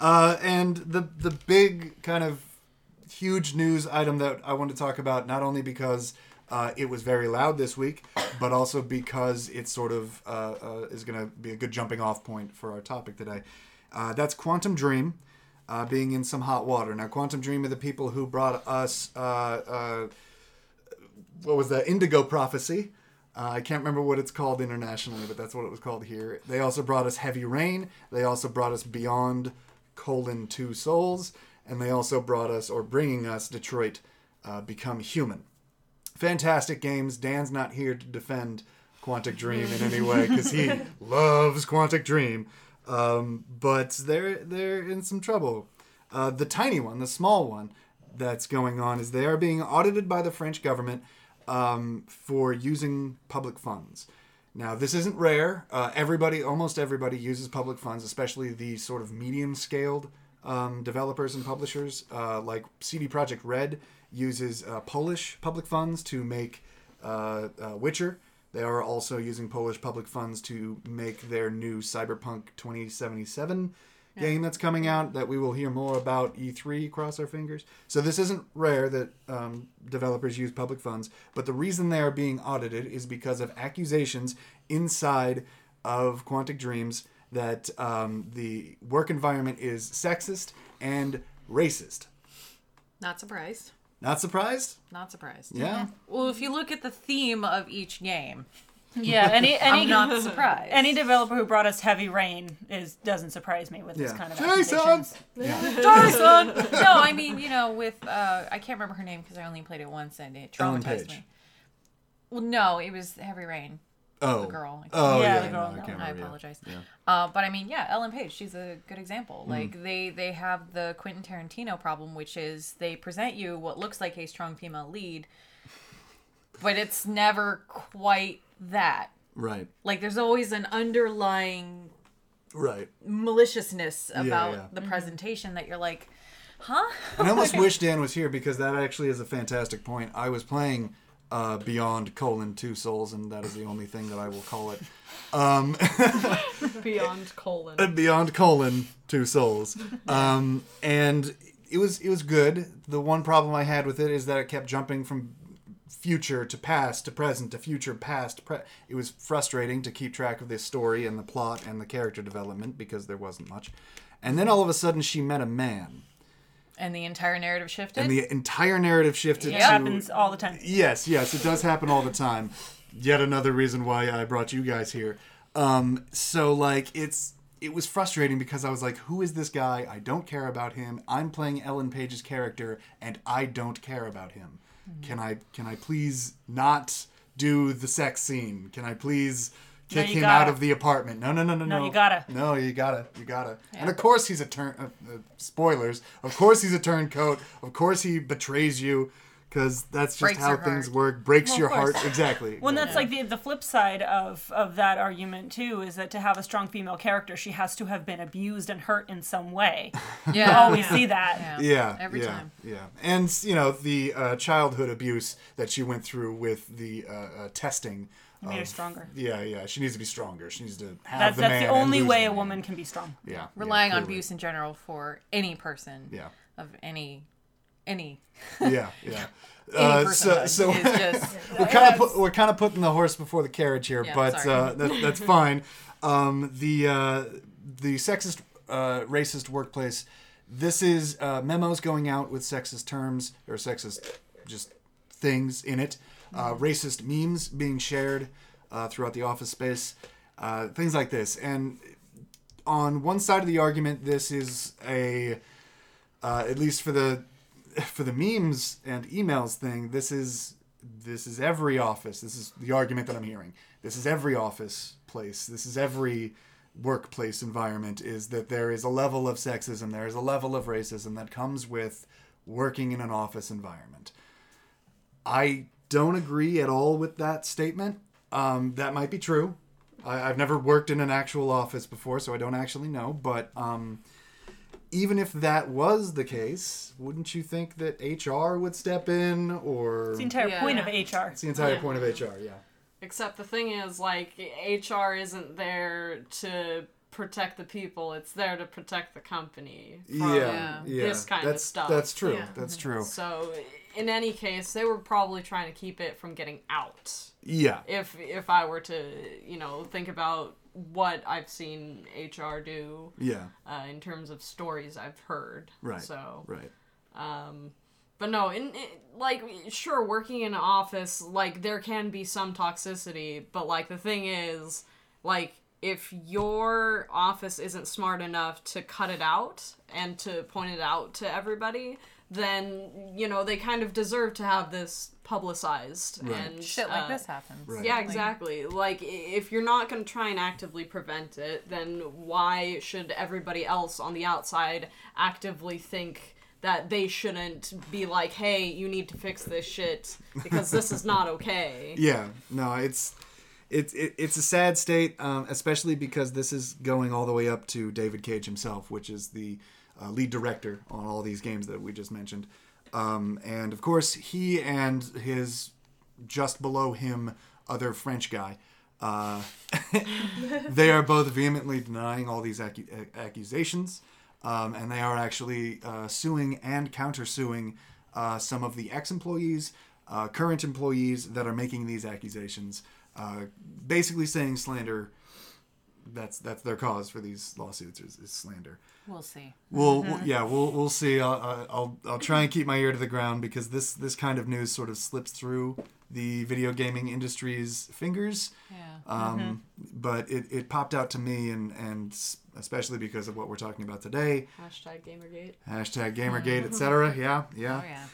Uh, and the the big kind of huge news item that I want to talk about, not only because uh, it was very loud this week, but also because it sort of uh, uh, is going to be a good jumping off point for our topic today. Uh, that's Quantum Dream uh, being in some hot water. Now, Quantum Dream are the people who brought us. Uh, uh, what was that indigo prophecy uh, i can't remember what it's called internationally but that's what it was called here they also brought us heavy rain they also brought us beyond colon two souls and they also brought us or bringing us detroit uh, become human fantastic games dan's not here to defend quantic dream in any way because he loves quantic dream um, but they're they're in some trouble uh, the tiny one, the small one that's going on, is they are being audited by the French government um, for using public funds. Now, this isn't rare. Uh, everybody, almost everybody, uses public funds, especially the sort of medium scaled um, developers and publishers. Uh, like CD Projekt Red uses uh, Polish public funds to make uh, uh, Witcher. They are also using Polish public funds to make their new Cyberpunk 2077 game that's coming out that we will hear more about E3. Cross our fingers. So this isn't rare that um, developers use public funds, but the reason they are being audited is because of accusations inside of Quantic Dreams that um, the work environment is sexist and racist. Not surprised. Not surprised? Not surprised. Yeah. Well, if you look at the theme of each game, Yeah. Any any I'm not surprised. any developer who brought us heavy rain is doesn't surprise me with this Yeah. kind of Jason! accusations. Darson. No, I mean, you know, with uh, I can't remember her name because I only played it once and it Ellen traumatized Page. me. Well, no, it was Heavy Rain. Oh. the girl. Oh Yeah, yeah, the no, girl, I no. can't remember. I yeah. Mm-hmm. apologize. Uh, but I mean, yeah, Ellen Page, she's a good example. Like they they have the Quentin Tarantino problem, which is they present you what looks like a strong female lead, but it's never quite that. Right. Like there's always an underlying Right. maliciousness about yeah. the presentation that you're like, huh? And I almost wish Dan was here because that actually is a fantastic point. I was playing uh, Beyond colon two souls, and that is the only thing that I will call it. Beyond colon. Beyond colon two souls, um, and it was it was good. The one problem I had with it is that it kept jumping from future to past to present to future past. Pre- it was frustrating to keep track of this story and the plot and the character development because there wasn't much. And then all of a sudden, she met a man, And the entire narrative shifted. and the entire narrative shifted It to happens all the time. Yes, yes, it does happen all the time. Yet another reason why I brought you guys here. Um, so like it's it was frustrating because I was like, who is this guy? I don't care about him. I'm playing Ellen Page's character and I don't care about him. Mm-hmm. Can I can I please not do the sex scene? Can I please kick you him gotta. out of the apartment? No, no, no, no, no. No, you gotta. No, you gotta. You gotta. And of course he's a turn. Uh, uh, spoilers. Of course he's a turncoat. Of course he betrays you, because that's just Breaks how your heart. things work. Breaks Well, of your course. heart. Exactly. Well, and exactly. that's like the, the flip side of, of that argument, too, is that to have a strong female character, she has to have been abused and hurt in some way. yeah. oh, Always see that. yeah. Every yeah, time. Yeah. And you know the uh, childhood abuse that she went through with the uh, uh, testing. Made her of- stronger. Yeah, yeah. She needs to be stronger. She needs to have That's, the that's man the and only lose way the a man. woman can be strong. Yeah. yeah, Relying on clearly. abuse in general for any person Yeah. of any any Yeah. Yeah. any Uh, so, personhood so is just we're kind of put, we're kind of putting the horse before the carriage here, Yeah, but sorry. uh, that, that's fine. Um, the uh, the sexist, uh, racist workplace. This is uh, memos going out with sexist terms or sexist just things in it. Uh, racist memes being shared uh, throughout the office space. Uh, things like this, and on one side of the argument, this is a uh, at least for the for the memes and emails thing, this is this is every office. This is the argument that I'm hearing. This is every office place. This is every workplace environment is that there is a level of sexism, there is a level of racism that comes with working in an office environment. I don't agree at all with that statement. Um, that might be true. I, I've never worked in an actual office before, so I don't actually know. But um, even if that was the case, wouldn't you think that HR would step in or It's the entire Yeah. point of HR. It's the entire point of HR? Yeah. Except the thing is, like, HR isn't there to protect the people, it's there to protect the company. from Yeah, yeah, This kind that's, of stuff. Mm-hmm. That's true. Yeah. That's true. So, in any case, they were probably trying to keep it from getting out. Yeah, If if I were to, you know, think about what I've seen HR do yeah, uh, in terms of stories I've heard. right. So, right. but no, in, in like sure, working in an office, like there can be some toxicity, but like the thing is, like if your office isn't smart enough to cut it out and to point it out to everybody, then you know they kind of deserve to have this publicized and shit like uh, this happens. yeah, exactly. Like, i- if you're not going to try and actively prevent it, then why should everybody else on the outside actively think that they shouldn't be like, hey, you need to fix this shit because this is not okay? Yeah, no, it's it's it, it's a sad state, um, especially because this is going all the way up to David Cage himself, which is the uh, lead director on all these games that we just mentioned. Um, and of course, he and his just below him other French guy. Uh, they are both vehemently denying all these acu- a- accusations, um, and they are actually uh, suing and countersuing uh, some of the ex-employees, uh, current employees that are making these accusations, uh, basically saying slander. That's that's their cause for these lawsuits is, is slander. We'll see. We'll, Mm-hmm. we'll- yeah, we'll we'll see. I'll, I'll- I'll I'll try and keep my ear to the ground because this this kind of news sort of slips through the video gaming industry's fingers. Yeah. Mm-hmm. Um, But it, it popped out to me, and, and s- especially because of what we're talking about today Hashtag Gamergate. hashtag Gamergate, etc. Yeah, yeah. Mm-hmm. Oh yeah.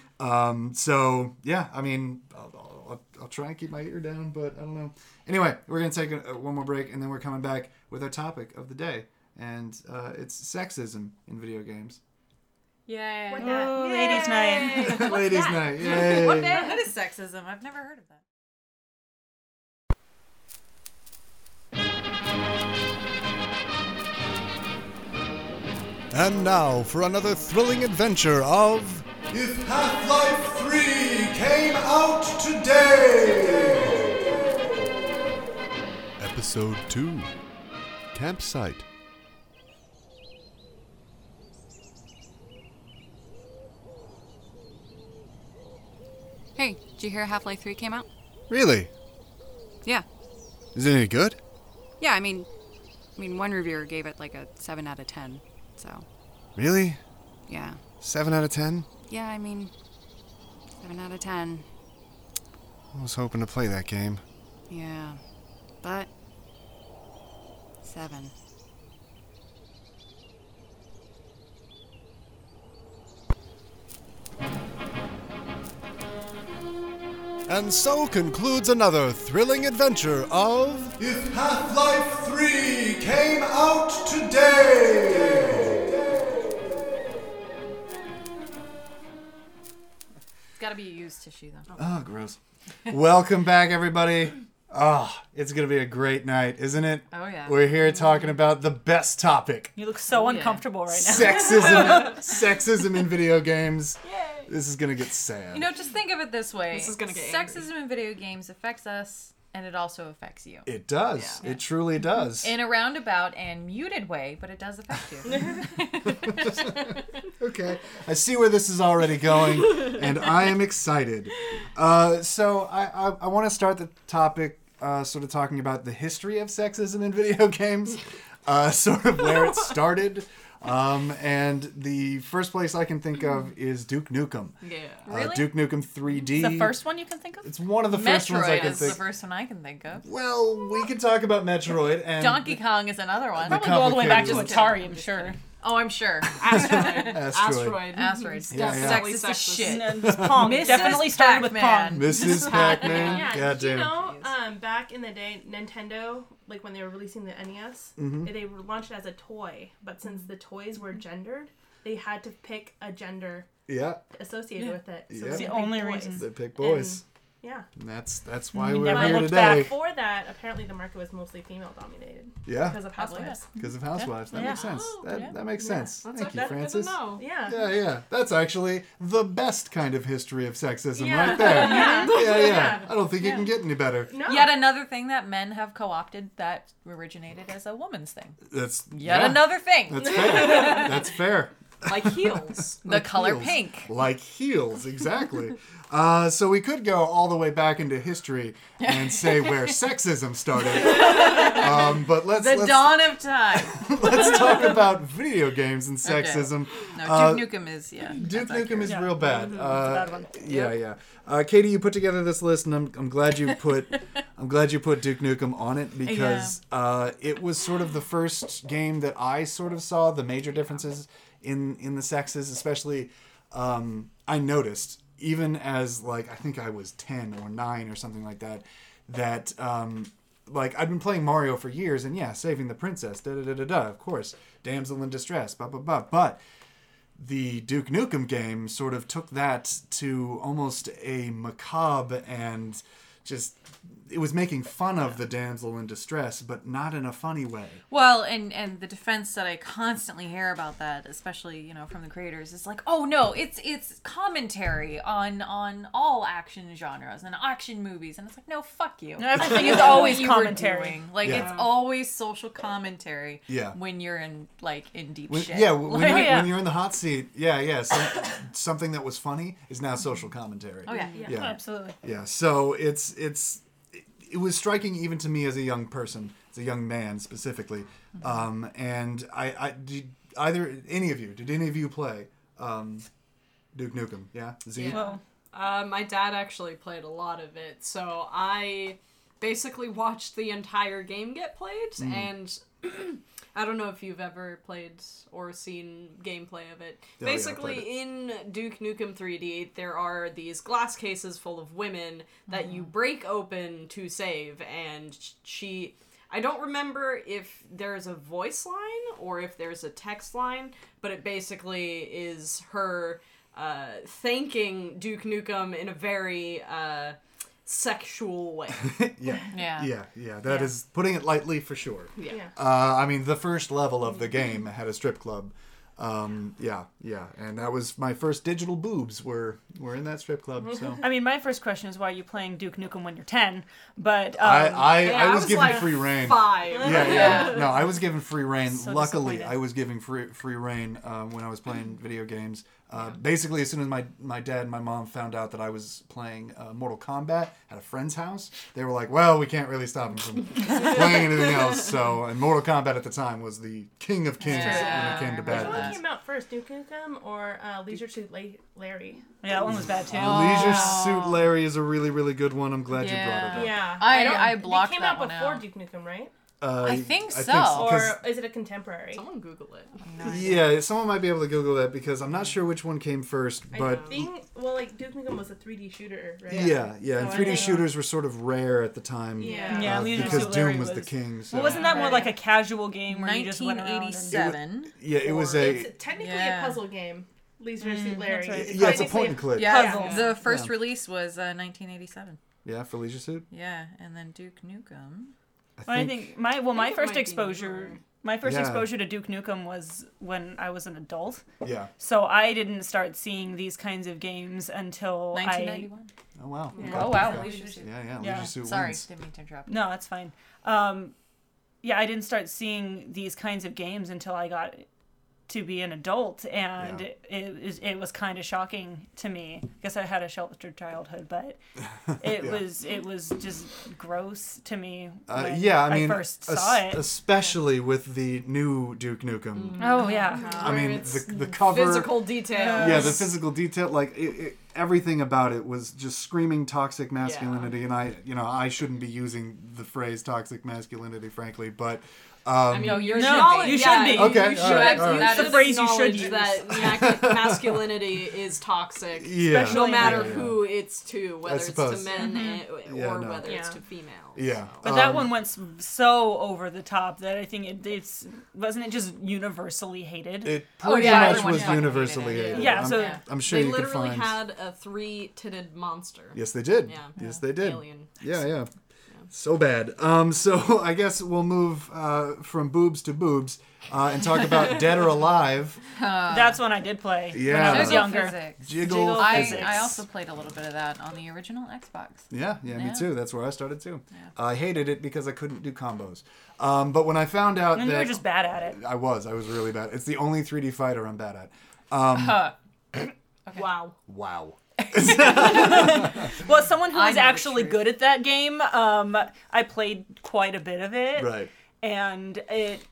Um, so, yeah, I mean, I'll, I'll, I'll try and keep my ear down, but I don't know. Anyway, we're gonna take a, one more break, and then we're coming back with our topic of the day, and uh, it's sexism in video games. Yeah. What that? Oh, Ladies' night. Ladies' that? night, yay! That is sexism. I've never heard of that. And now for another thrilling adventure of. If Half Life 3 came out today! Episode 2 Campsite. Hey, did you hear Half Life 3 came out? Really? Yeah. Is it any good? Yeah, I mean, I mean, one reviewer gave it like a 7 out of 10. So, Really? yeah. 7 out of 10? Yeah, I mean, 7 out of 10. I was hoping to play that game. Yeah. But, 7. And so concludes another thrilling adventure of. If Half Life 3 came out today! It's gotta be a used tissue, though. Oh, gross. Welcome back, everybody. Ah, it's gonna be a great night, isn't it? Oh, yeah. We're here talking about the best topic. You look so uncomfortable right now. Sexism sexism in video games. This is gonna get sad. You know, just think of it this way. This is gonna get Sexism in video games affects us, and it also affects you. it does. It truly does. In a roundabout and muted way, but it does affect you. okay. I see where this is already going, and I am excited. Uh, so I, I, I want to start the topic, uh, sort of talking about the history of sexism in video games, uh, sort of where it started. Um, and the first place I can think of is Duke Nukem. Yeah. Uh, Really? Duke Nukem 3D. The first one you can think of? It's one of the first ones I Metroid can is the think. first one I can think of. well, we can talk about Metroid and Donkey Kong is another one. The Probably go all the way back to complicated Atari, I'm sure. Oh, I'm sure. Asteroid. Asteroid. Asteroid. Asteroids. Yeah, yeah. Sexist as Sexist. shit. And this Pong Mrs. definitely started with Pac-Man. Pong. Mrs. Pac-Man. Yeah, did you Goddamn. know um, back in the day, Nintendo, like when they were releasing the NES, they were launched as a toy, but since the toys were gendered, they had to pick a gender Yeah, associated with it. So Yeah. The they picked only boys. reason. they pick boys. Yeah. And that's that's why we're never here looked today. Before that, apparently the market was mostly female dominated Yeah. because of housewives. Because of housewives. That Yeah. makes sense. That, that makes sense. That's Thank a- you, that's Francis. Good to know. Yeah. Yeah, yeah. That's actually the best kind of history of sexism Yeah. right there. Yeah. yeah, Yeah. I don't think it can get any better. No. Yet another thing that men have co-opted that originated as a woman's thing. That's Yet yeah, another thing. That's fair. that's fair. Like heels. the color heels. pink. Like heels, exactly. uh, so we could go all the way back into history and say where sexism started. Um, but let's The let's, dawn of time. let's talk about video games and sexism. Uh, No, Duke Nukem is yeah. Duke that's accurate. Nukem is real bad. Uh, bad one. Yeah, yeah. Uh, Katie, you put together this list, and I'm, I'm glad you put I'm glad you put Duke Nukem on it because uh, it was sort of the first game that I sort of saw the major differences in in the sexes, especially um, I noticed even as like I think I was ten or nine or something like that that. Um, like I'd been playing Mario for years, and yeah, saving the princess, da da da da da. Of course, damsel in distress, blah blah blah. But the Duke Nukem game sort of took that to almost a macabre and just it was making fun of the damsel in distress, but not in a funny way. Well, and and the defense that I constantly hear about that, especially you know from the creators, is like, oh no, it's it's commentary on on all action genres and action movies, and it's like, no, fuck you. No, everything is always You were commentary. doing. Like Yeah. it's always social commentary. Yeah. When you're in like in deep When, shit. yeah, when, when Like- oh, you're, yeah. when you're in the hot seat, yeah, yeah, some, something that was funny is now social commentary. Oh yeah. yeah. Absolutely. Yeah, so it's it's it, it was striking even to me as a young person, as a young man specifically. Um, and I, I did either any of you did any of you play um, Duke Nukem? Yeah, Z. Yeah. Well, Uh, my dad actually played a lot of it, so I basically watched the entire game get played Mm-hmm. and I don't know if you've ever played or seen gameplay of it. Oh, Yeah, yeah, I Basically, played in Duke Nukem 3D, there are these glass cases full of women that you Mm-hmm. break open to save, and sh- she. I don't remember if there's a voice line or if there's a text line, but it basically is her uh, thanking Duke Nukem in a very uh, sexual way. yeah. Yeah. Yeah, yeah, That is putting it lightly for sure. Yeah. Yeah. Uh, I mean, the first level of the game had a strip club. Um, yeah, yeah, and that was my first digital boobs were were in that strip club. So I mean, my first question is why are you playing Duke Nukem when you're 10? But um, I I, Yeah, I was, given like free reign. Five. Yeah, yeah. No, I was given free reign. So Luckily, disappointed. I was given free free reign um, when I was playing video games. Uh, Basically, as soon as my my dad and my mom found out that I was playing uh, Mortal Kombat at a friend's house, they were like, "Well, we can't really stop him from playing anything else." So, and Mortal Kombat at the time was the king of kings Yeah. when it came to Which bad one things. came out first, Duke Nukem or uh, Leisure Suit La- Larry? yeah, that one was bad too. Leisure Suit Larry is a really really good one. I'm glad you brought it up. Yeah, Uh, I- don't- I blocked It came that out one before out. Duke Nukem, right? Uh, I think so. Oh, 'cause- Or is it a contemporary? Someone Google it. yeah, someone might be able to Google that because I'm not sure which one came first, but I think well, like Duke Nukem was a 3D shooter, right? Yeah, yeah. And So I 3D think- shooters were sort of rare at the time. uh, Yeah. Yeah, Leisure because Suit Larry Doom was, the was- king. So. Well, wasn't that more Right. like a casual game where you just went around? And... 1987. yeah, it was a. It's technically Yeah. Mm, a puzzle game. Leisure Suit Larry. right. Yeah, it's a technically point and click. Yeah, Puzzle. the first release was uh, 1987. Yeah, for Leisure Suit. Yeah, and then Duke Nukem. Well, I think my well, my think it might first be exposure, my first Yeah. exposure to Duke Nukem was when I was an adult. Yeah. So I didn't start seeing these kinds of games until I. 1991. Oh wow. Oh wow. Yeah, yeah. Yeah. Leisure Suit Sorry, wins. didn't mean to interrupt. No, that's fine. Um, yeah, I didn't start seeing these kinds of games until I got to be an adult, and Yeah. it, it, it was kind of shocking to me. guess I had a sheltered childhood, but it Yeah. was it was just gross to me. Uh, when yeah, I mean, first saw es- it. especially with the new Duke Nukem. oh yeah. I Where mean, it's the, the cover. Physical details. yeah, the physical detail, like it, it, everything about it was just screaming toxic masculinity, and I, you know, I shouldn't be using the phrase toxic masculinity, frankly, but um, No, you're No, knowledge- you should yeah, be. you- Okay, you all should right, actually- all right. That's that the is phrase you should knowledge use. That ma- masculinity is toxic. yeah, No Especially- matter Yeah, yeah. who it's to, whether it's to suppose. men eh, Yeah, or no. whether it's Yeah. to females. yeah, Um, But that one went s- so over the top that I think it, it's wasn't it just universally hated? It Oh, pretty yeah, much everyone was fucking hated universally it. hated. Yeah, I'm, so- I'm sure They you could literally find. had a three-titted monster. yes, they did. Yeah. Yes, they did. Alien. Yeah, yeah. So bad. Um, so I guess we'll move uh, from boobs to boobs uh, and talk about Dead or Alive. That's when I did play. Yeah. when I was Jiggle younger. Physics. Jiggle, Jiggle I, physics. I also played a little bit of that on the original Xbox. Yeah, yeah, me Yeah. too. That's where I started too. I hated it because I couldn't do combos. Um, but when I found out And you that were just bad at it. I was, I was really bad. It's the only 3D fighter I'm bad at. Um, Wow. wow. Well, as someone who I was know the actually truth. good at that game, um, I played quite a bit of it, Right. and it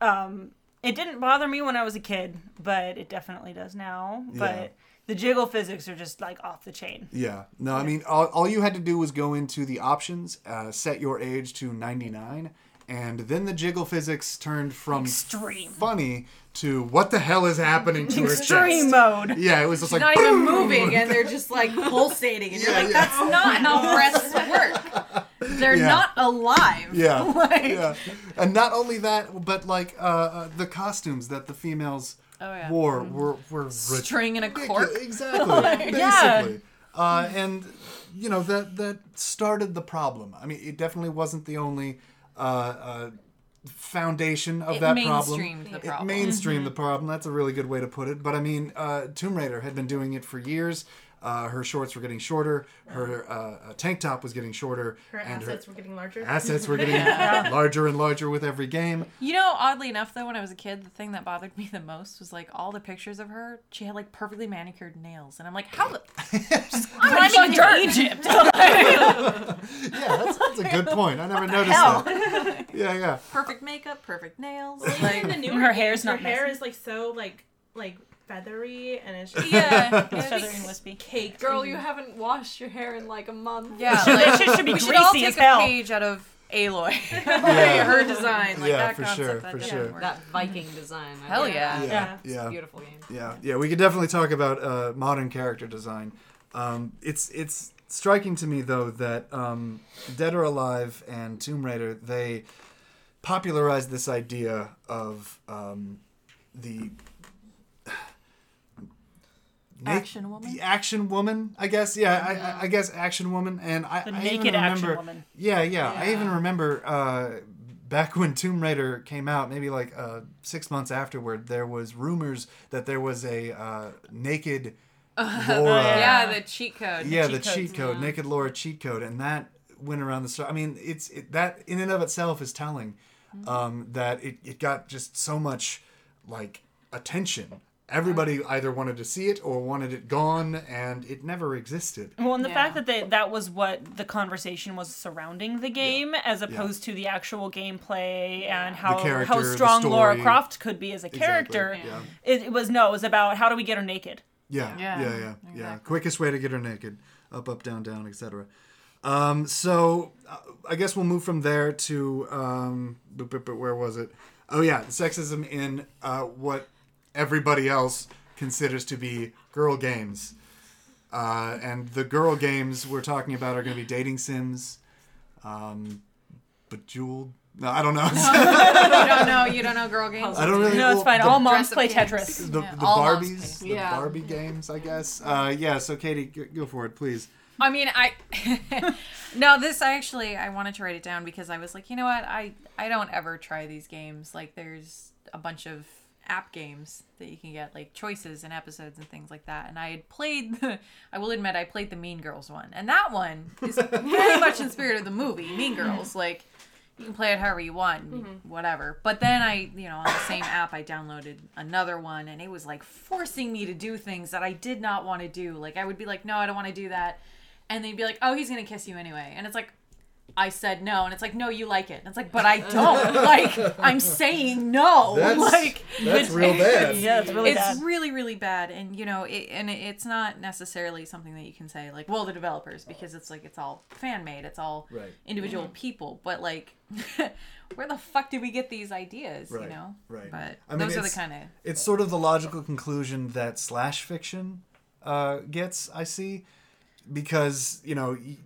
um, it didn't bother me when I was a kid, but it definitely does now. But the jiggle physics are just like off the chain. Yeah. No, I mean, all, all you had to do was go into the options, uh, set your age to 99, and then the jiggle physics turned from Extreme. funny to what the hell is happening to her Extreme chest. mode. Yeah, it was just like, Not even moving, and They're just like pulsating, and you're yeah, like, yeah. That's not how breasts work. They're Yeah. not alive. Yeah. Like- yeah. And not only that, but like uh, uh, the costumes that the females Oh, yeah. Mm-hmm. wore were were String and a cork. Hmm. ridiculous. Exactly. basically. yeah. Uh, and you know that that started the problem. I mean, it definitely wasn't the only uh, uh, foundation of It that problem. mainstreamed the problem. Mm-hmm. It mainstreamed the problem. That's a really good way to put it. But I mean, uh, Tomb Raider had been doing it for years. Uh, her shorts were getting shorter. Her uh, uh, tank top was getting shorter. her and assets were getting larger. assets were getting larger and larger with every game. You know, oddly enough, though, when I was a kid, the thing that bothered me the most was like all the pictures of her. She had like perfectly manicured nails, and I'm like, how the? I'm on climbing through Egypt. Yeah, that's, that's a good point. I never noticed that. Yeah, yeah. perfect makeup, perfect nails. Like, in the newer Her games, hair's not Her hair messy. is like so like like feathery and it's just Yeah. It's yeah. feathery and wispy. caked. Girl, you haven't washed your hair in like a month. Yeah, That like, shit should be we should all greasy as take hell. a page out of Aloy. Her design, like Yeah, that for concept, sure, that for didn't sure. work. That Viking design. I Hell love yeah. that. Yeah, Yeah. yeah, yeah, Beautiful game. yeah, We could definitely talk about uh, modern character design. Um, it's it's striking to me though that um, Dead or Alive and Tomb Raider they popularized this idea of um, the Action woman? The action woman, I guess. Yeah, I- I, I guess action woman. And I, The I naked even action remember, woman. Yeah, yeah, I even remember uh, back when Tomb Raider came out, maybe like uh, six months afterward, there was rumors that there was a uh, naked Laura. Yeah, the cheat code. Yeah, the cheat cheat code, naked Laura cheat code, and that went around the store. I mean, it's it, that in and of itself is telling um, that it, it got just so much like attention. Everybody either wanted to see it or wanted it gone, and it never existed. Well, and the fact that they, that was what the conversation was surrounding the game, as opposed to the actual gameplay and how character, how the strong Laura story. Croft could be as a character. yeah. It, it was no, it was about how do we get her naked. Yeah, yeah, Yeah. yeah, yeah. Quickest way to get her naked, up, up, down, down, etc. Um, so uh, I guess we'll move from there to um, but, but, but where was it? Oh yeah, sexism in uh, what everybody else considers to be girl games, uh, and the girl games we're talking about are going to be dating sims, um, bejeweled. No, I don't know. You don't know, you don't know girl games? I don't really. No, it's well, fine. the- All moms dress-up play games. Tetris. the, Yeah, the all moms Barbies, the Yeah. Barbie games, I guess. Uh, yeah. So Katie, g- go for it, please. I mean, I no. This I actually I wanted to write it down because I was like, you know what, I I don't ever try these games. Like, there's a bunch of app games that you can get like choices and episodes and things like that. And I had played the. I will admit, I played the Mean Girls one, and that one is very much in spirit of the movie Mean Girls. Like, you can play it however you want, whatever. But then I, you know, on the same app, I downloaded another one and it was like forcing me to do things that I did not want to do. Like, I would be like, no, I don't want to do that. And they'd be like, oh, he's going to kiss you anyway. And it's like, I said no. And it's like, no, you like it. And it's like, but I don't. like, I'm saying no. like, that's real bad. Yeah, it's really it's bad. really really bad and you know it, and it- it's not necessarily something that you can say like well the developers because it's like it's all fan made it's all Right. individual people but like where the fuck did we get these ideas Right, you know right. but I mean, those are the it's- kind of It's sort of the logical conclusion that slash fiction uh, gets, I see, because, you know, y-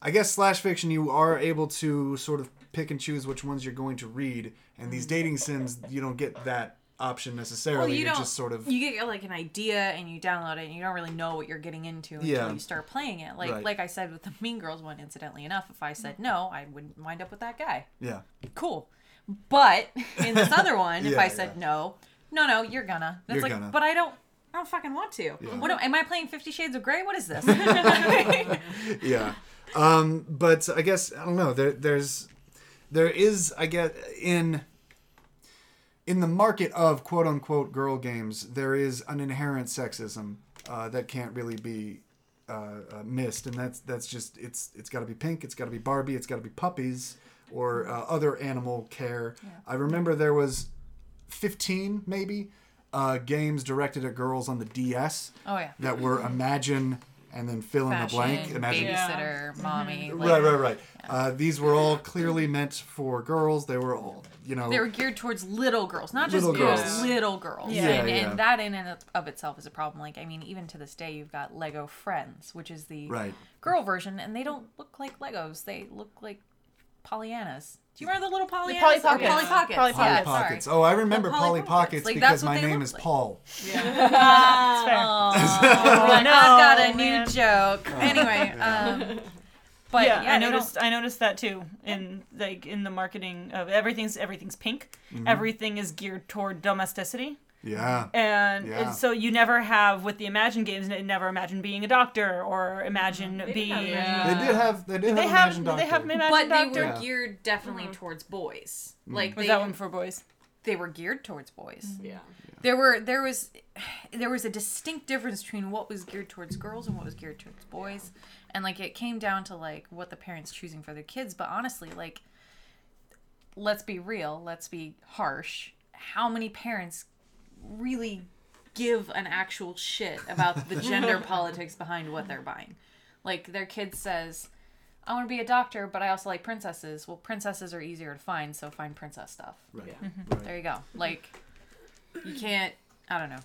I guess slash fiction, you are able to sort of pick and choose which ones you're going to read, and these dating sims, you don't get that option necessarily. Mm. well, you it don't just sort of. you get like an idea and you download it and you don't really know what you're getting into until Yeah. you start playing it like Right. like i said with the mean girls one incidentally enough if i said no i wouldn't wind up with that guy yeah. cool. But in this other one, if Yeah, I said yeah. no, no, no, you're gonna. That's You're like, gonna. but I don't. I don't fucking want to. What am, am I playing Fifty Shades of Grey? What is this? yeah. Um, but I guess I don't know. There, there's, there is I guess in, in the market of quote unquote girl games, there is an inherent sexism uh, that can't really be uh, uh, missed, and that's that's just it's it's got to be pink, it's got to be Barbie, it's got to be puppies or uh, other animal care. I remember there was 15 maybe uh, games directed at girls on the DS Oh, yeah. that were imagine and then fill in the blank Fashion, imagine Mm-hmm. babysitter, mommy. like, right right right uh, these were all clearly meant for girls they were all you know They were geared towards little girls, not just Little girls, girls. little girls. Yeah, and, yeah. and that in and of itself is a problem. Like, I mean, even to this day, you've got Lego Friends, which is the Right. girl version, and they don't look like Legos. They look like Pollyannas. Do you remember the little Pollyannas? Polly Or Pockets. Polly Pockets. Polly yeah, Polly sorry. Pockets. Oh, I remember Well, Polly, Polly Pockets Pockets, like, because that's what my they name look is like. Paul. It's fair. Like, no, I've got a "Oh, man. new joke. Anyway, um, but yeah, yeah, I they don't- noticed. I noticed that too in like in the marketing of everything's everything's pink. Everything is geared toward domesticity, Yeah. and, Yeah. and so you never have with the Imagine games. n- Never imagine being a doctor or imagine being. They did have they did have They Imagine have Doctor. they have an Imagine But Uh, they Doctor. Mm-hmm. were geared definitely towards boys. Like Was they, that one Mm-hmm. for boys? they were geared towards boys. Yeah. There were there was there was a distinct difference between what was geared towards girls and what was geared towards boys. And like it came down to like what the parents choosing for their kids, but honestly, like let's be real, let's be harsh. How many parents really give an actual shit about the gender politics behind what they're buying. Like their kid says, "I want to be a doctor, but I also like princesses." Well, princesses are easier to find, so find princess stuff. Right. There you go. Like you can't. I don't know.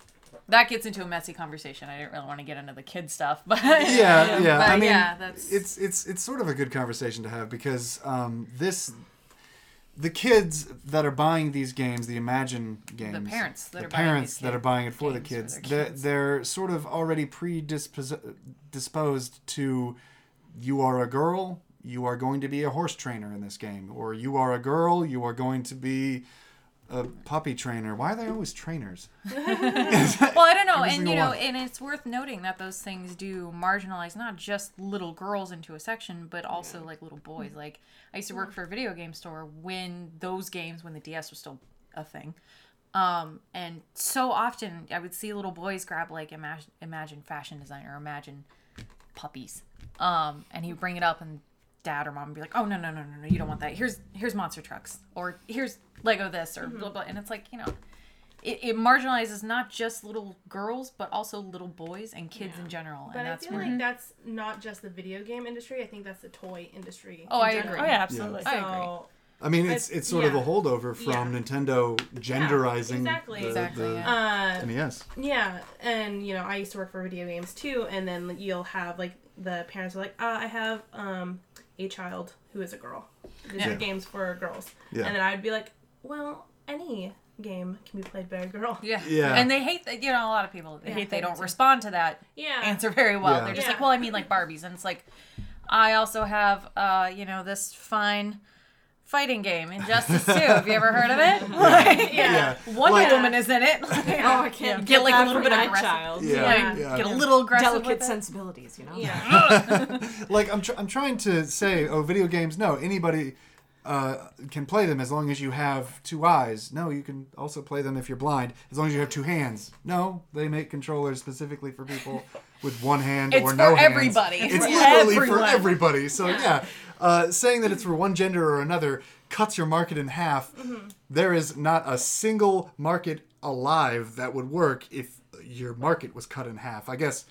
That gets into a messy conversation. I didn't really want to get into the kid stuff, but yeah, yeah. But I mean, yeah, that's it's it's it's sort of a good conversation to have because um, this, the kids that are buying these games, the Imagine games, parents that the are buying parents these that kid are buying it for the games for kids, their they're, kids. they're sort of already predisposed disposed to, you are a girl, you are going to be a horse trainer in this game, or you are a girl, you are going to be. A puppy trainer. Why are they always trainers? well, I don't know, Every and single you know, one. and it's worth noting that those things do marginalize not just little girls into a section, but also like little Hmm. boys. Like I used to work for a video game store when those games, when the DS was still a thing, um, and so often I would see little boys grab like imagine, imagine fashion design or imagine puppies, um, and he would bring it up and dad or mom would be like, oh no no no no no, you don't want that. Here's here's monster trucks or here's Lego this or Mm-hmm. blah blah, and it's like you know it, it marginalizes not just little girls but also little boys and kids in general But and I that's Mm-hmm. feel where like that's not just the video game industry. I think that's the toy industry. oh in i general. agree Oh yeah, absolutely. I So, agree. I mean, it's But- it's sort of a yeah. holdover from Yeah. Nintendo genderizing exactly. the, E Exactly, the yeah. Uh, NES. Yeah, and you know, I used to work for video games too, and then you'll have like the parents are like, uh, I have um a child who is a girl. These Yeah. are games for girls. Yeah. And then I'd be like, Well, any game can be played by a girl. yeah. Yeah. and they hate that you know a lot of people they Yeah, hate they they don't do. respond to that Yeah. answer very well Yeah. they're just Yeah. like well i mean like barbies and it's like i also have uh you know this fine fighting game injustice 2 have you ever heard of it like, Yeah. wonder Like- woman is in it Oh, I can't Get, get, like, a that little from bit my aggressive. child. Yeah, Like, yeah. get a little aggressive with Delicate it. sensibilities, you know. Yeah. Like I'm, tr- I'm trying to say, oh, video games. No, anybody uh, can play them as long as you have two eyes. No, you can also play them if you're blind, as long as you have two hands. No, they make controllers specifically for people with one hand It's or for no hands. everybody. It's For literally for everyone. everybody. So yeah, uh, saying that it's for one gender or another cuts your market in half. Mm-hmm. There is not a single market alive that would work if your market was cut in half. I guess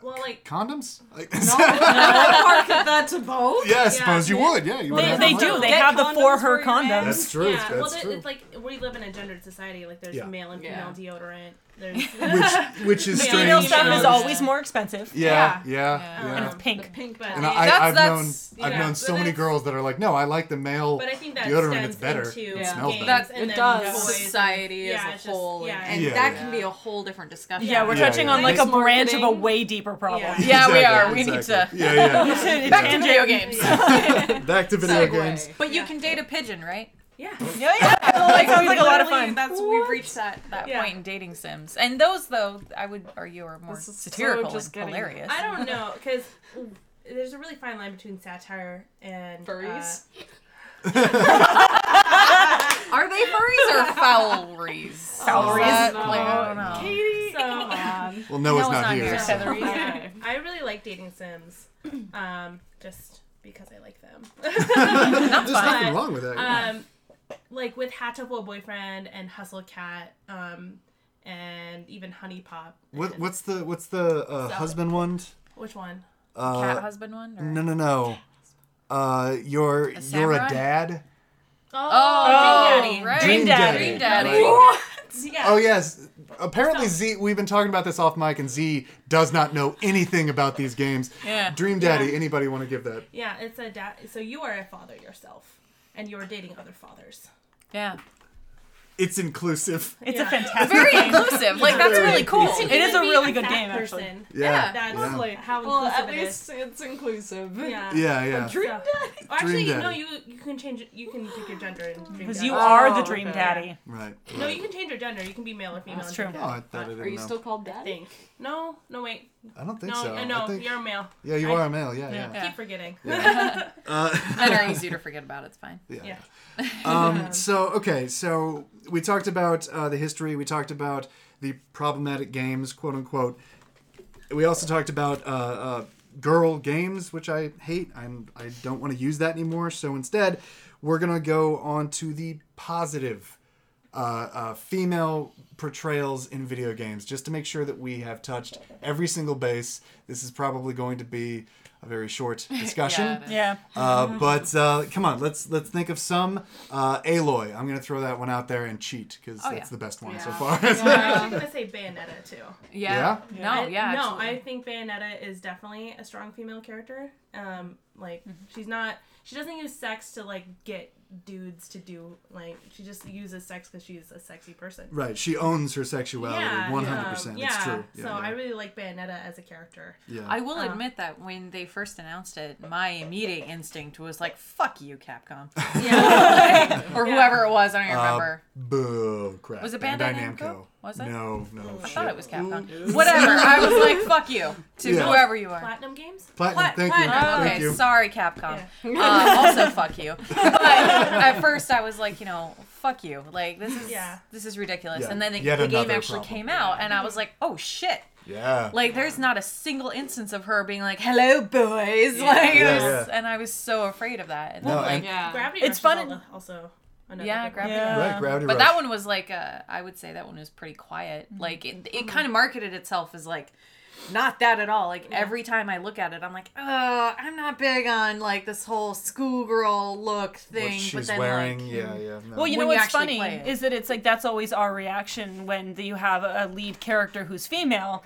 Well like condoms. Like- market that to both. Yeah, I Yeah, suppose you yeah. would. Yeah, you would. They, have they to. do. They Get have the for condoms her for your men. condoms. That's true. yeah, well, That's there- true. it's like we live in a gendered society. Like, there's Yeah. male and Yeah. female deodorant. There's which, which is strange. Female stuff Yeah. is always more expensive. Yeah, yeah, Yeah. yeah. And it's pink. Pink But- And Yeah, I, that's- I've that's- known I've yeah, known but so many it's- girls that are like, no, I like the male but I think that deodorant. stems It's better. into It Yeah. smells games better. That's- and It then does. boys. society Yeah, as it's a just- whole yeah, and it's- that Yeah. can be a whole different discussion Yeah, we're Yeah, touching yeah. on like a Nice branch of a marketing. way deeper problem. Yeah. Yeah, we Exactly, are. We need exactly. to- Yeah, yeah. back to video games Back to video Segue. games. but you can date a pigeon right Yeah. Yeah, yeah. That sounds like a lot of fun. That's we've reached that, that Yeah. point in dating sims, and those though I would argue are more This is so satirical just and getting- hilarious. I don't know because there's a really fine line between satire and uh, Furries. Are they furries or fowlries? Fowlries. Is that- No. like, I don't know. Katie. So Well, Noah's Noah's not, not here. here. so- Feathery. yeah, I really like dating Sims, um, just because I like them. There's nothing But, wrong with that. yeah. um, like with Hatoful Boyfriend and Hustle Cat, um, and even Honey Pop. what, and- what's the what's the uh, husband one? which one? Uh, Cat husband one? Or? no, no, no. Uh, you're you're samurai? a dad. Dream Oh, Daddy. right. Dream Daddy. Dream Daddy. Right. Mm-hmm. Yeah. Oh yes. Apparently Z we've been talking about this off mic and Z does not know anything about these games. Yeah. Dream Daddy, Yeah. anybody want to give that? Yeah, it's a dad. So you are a father yourself, and you are dating other fathers. Yeah, It's inclusive. It's a Yeah. fantastic. very inclusive. Like that's Very really cool. inclusive. It is a Be really good fat game, actually. person. Yeah. That's Yeah. lovely. How Well, inclusive at it is. least it's inclusive. Yeah. Yeah, yeah. Dream daddy. Actually, Dream no, daddy. you you can change. You can pick your gender and dream Because daddy. you are the Oh, dream okay. daddy. Right. No, you can change your gender. You can be male or female. That's and dream true. Oh, daddy. I thought I didn't Are you know. still called I daddy? think. No, no, wait. I don't think No, so. uh, no, I think, you're a male. yeah, you I- are a male. Yeah, yeah. Yeah. Keep forgetting. Men are easier to forget about. It's fine. Yeah. Yeah. Um, so okay, so we talked about uh, the history. We talked about the problematic games, quote unquote. We also talked about uh, uh, girl games, which I hate. I'm I don't want to use that anymore. So instead, we're gonna go on to the positive uh, uh, female portrayals in video games, just to make sure that we have touched every single base. This is probably going to be a very short discussion. Yeah, it is. Yeah. Uh, but uh, come on, let's let's think of some. Uh, Aloy, I'm gonna throw that one out there and cheat because that's Oh, yeah. the best one so Yeah. far. I'm actually gonna say Bayonetta too. Yeah. Yeah? No, I- yeah. No, absolutely. I think Bayonetta is definitely a strong female character. Um, like Mm-hmm. she's not. She doesn't use sex to like get dudes to do like. She just uses sex because she's a sexy person. right, she owns her sexuality, Yeah. 100%. um, It's yeah, true. so yeah. I really like Bayonetta as a character. yeah. I will admit that when they first announced it, my immediate instinct was like, "Fuck you, Capcom," or whoever it was. I Uh, don't even remember. Boo! Crap. Was it Bandai Namco? Was it? Oh, No, no. I thought it was Capcom. Platinum. Whatever. I was like, "Fuck you" to Yeah. whoever you are. Platinum games. Plat- Thank you. platinum. Thank okay, you. sorry, Capcom. Uh, also, fuck you. But at first, I was like, you know, fuck you. Like this is Yeah. this is ridiculous. Yeah, And then the, yet the game another actually problem. came out, and I was like, oh shit. Yeah. Like there's not a single instance of her being like, "Hello, boys," Yeah, like, it yeah. was- and I was so afraid of that. And No, like, and- Yeah. Gravity It's Rush fun is and- al- also. Another yeah, good one. grab it. Yeah. Right, Gravity But Rush. that one was like, uh, I would say that one was pretty quiet. Like it, it kind of marketed itself as like, not that at all. Like every time I look at it, I'm like, oh, I'm not big on like this whole schoolgirl look What thing. but she's then wearing. like, hmm. yeah, yeah. No. Well, you when know you what's actually funny play it. is that it's like that's always our reaction when the, you have a a lead character who's female.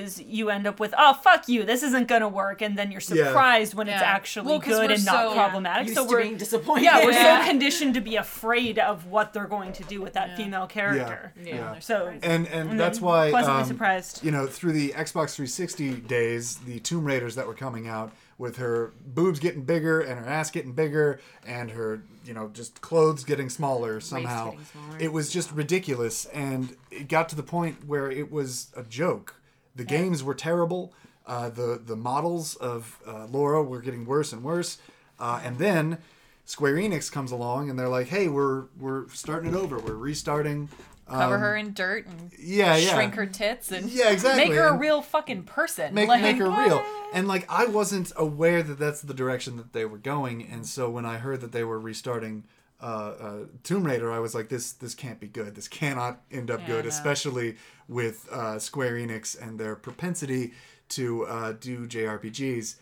Is you end up with oh fuck you this isn't gonna work and then you're Yeah. surprised when it's Yeah. actually Well, 'cause good we're and not so problematic. used So to we're being disappointed. yeah we're Yeah. so conditioned to be afraid of what they're going to do with that female character. Yeah. yeah. So And and that's why pleasantly um, surprised. You know, through the Xbox 360 days, the Tomb Raiders that were coming out with her boobs getting bigger and her ass getting bigger and her, you know, just clothes getting smaller somehow. getting smaller. It was just ridiculous, and it got to the point where it was a joke. The games were terrible. Uh, the the models of uh, Laura were getting worse and worse, uh, and then. Square Enix comes along and they're like, "Hey, we're we're starting it over. We're restarting." cover her in dirt and um, Yeah, yeah. shrink her tits and Yeah, exactly, make her a and- real fucking person. make, like, ah. make her real. And like I wasn't aware that that's the direction that they were going, and so when I heard that they were restarting uh, uh, Tomb Raider, I was like, this this can't be good. This cannot end up good, no. especially with uh, Square Enix and their propensity to uh, do JRPGs. Uh,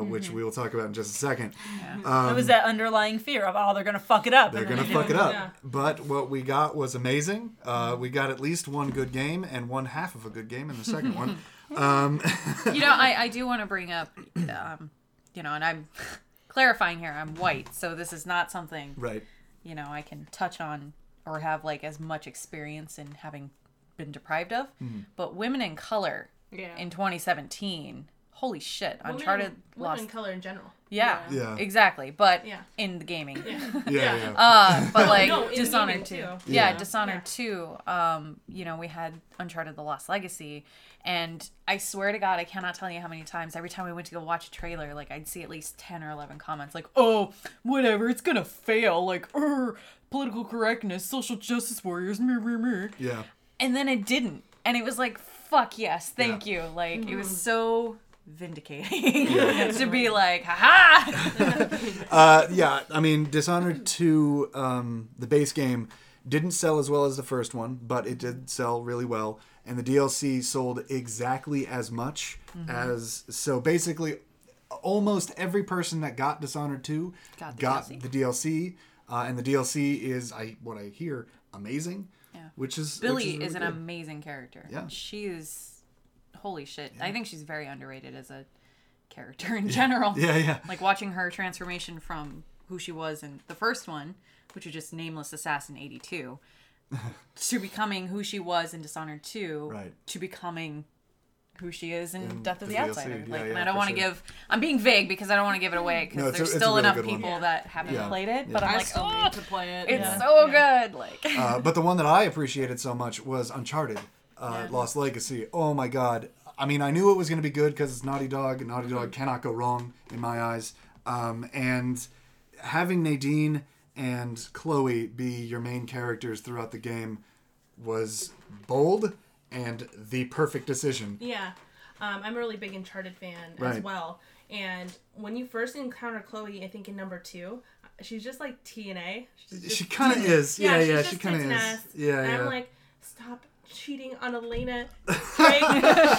Mm-hmm. Which we will talk about in just a second. it was that underlying fear of oh they're gonna fuck it up. Um, They're and then gonna they fuck it didn't. up. Yeah. But what we got was amazing. Uh, Mm-hmm. we got at least one good game and one half of a good game in the second one. Um, you know, I, I do want to bring up, um, you know, and I'm clarifying here, I'm white, so this is not something right. you know I can touch on or have like as much experience in having been deprived of. But women in color Yeah. in 2017, holy shit, Women- Uncharted women lost. in color in general. yeah, Yeah. exactly. But Yeah. in the gaming, Yeah. yeah. uh, but like No, in Dishonored too. gaming, too. Yeah, Yeah. Dishonored too. Um, you know, we had Uncharted: The Lost Legacy, and I swear to God, I cannot tell you how many times every time we went to go watch a trailer, like I'd see at least ten or eleven comments like, "Oh, whatever, it's gonna fail." Like, "Er, political correctness, social justice warriors." meh, meh, meh." yeah. And then it didn't, and it was like, "Fuck yes, thank you." Like, it was so vindicating to be like, "Ha ha." Uh, yeah, I mean, Dishonored 2, um, the base game, didn't sell as well as the first one, but it did sell really well. And the DLC sold exactly as much Mm-hmm. as. So basically, almost every person that got Dishonored 2 Got the DLC. the DLC. Uh, and the DLC is, I what I hear, amazing. Yeah. Which is. which Billy really is an good. amazing character. Yeah. She is holy shit. I think she's very underrated as a character in general. Yeah, yeah. Like watching her transformation from who she was in the first one, which was just nameless assassin 82, to becoming who she was in Dishonored 2, Right. to becoming who she is in, In Death of the the, DLC, Outsider. yeah, like, yeah, and I don't for want to sure. give I'm being vague because I don't want to give it away cuz No, it's a- there's it's a still really enough good one. people that haven't Yeah. played it, but I'm I like, still "Oh, need to play it. it's yeah. so good." Like Uh, but the one that I appreciated so much was Uncharted, uh, Lost Legacy. Oh my God! I mean, I knew it was going to be good because it's Naughty Dog, and Naughty Mm-hmm. Dog cannot go wrong in my eyes. Um, and having Nadine and Chloe be your main characters throughout the game was bold and the perfect decision. Yeah, um, I'm a really big Uncharted fan Right. as well, And when you first encounter Chloe, I think in number two, she's just like TNA. She's just She kind of is. Yeah, yeah, she's she just kind of his is. nest. Yeah, and yeah. I'm like, stop cheating on Elena. Drake,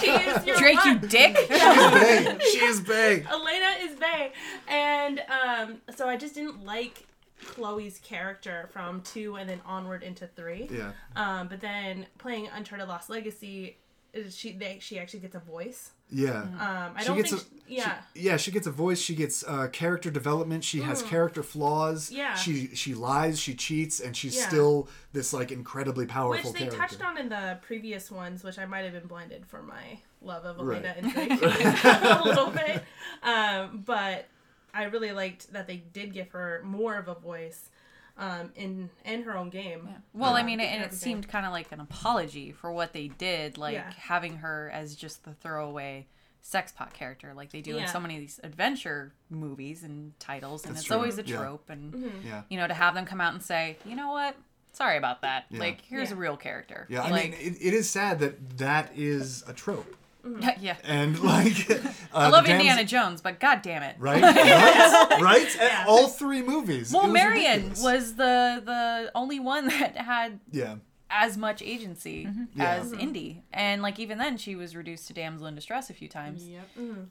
she is your Drake, you aunt. dick. big. She is big. Elena is Bay. And um, so I just didn't like Chloe's character from two and then onward into three. Yeah. Um, but then playing Uncharted Lost Legacy, is- she they, she actually gets a voice. Yeah. Um, I She don't gets think a- she- yeah. She, yeah, she gets a voice. She gets uh, character development. She Mm. has character flaws. Yeah. She she lies. She cheats, and she's Yeah. still this like incredibly powerful which they character. touched on in the previous ones, which I might have been blinded for my love of Elena Right. and Drake a little bit. Um, but I really liked that they did give her more of a voice um, in in her own game. Well, I Um, mean, it, and it everything. seemed kind of like an apology for what they did, like Yeah. having her as just the throwaway sex pot character, like they do in Yeah. so many of these adventure movies and titles, and That's it's true. always a Yeah. trope. And Mm-hmm. Yeah. you know, to have them come out and say, you know what, sorry about that. Yeah. Like, here's Yeah. a real character. Yeah, I like, mean, it, it is sad that that is a trope, Mm-hmm. yeah. and like uh, I love Indiana Jones, but god damn it. Right, right, right. And All three movies. It Well, was Marion ridiculous. was the the only one that had Yeah, as much agency Yeah. as Indy, and like even then she was reduced to damsel in distress a few times. Yep.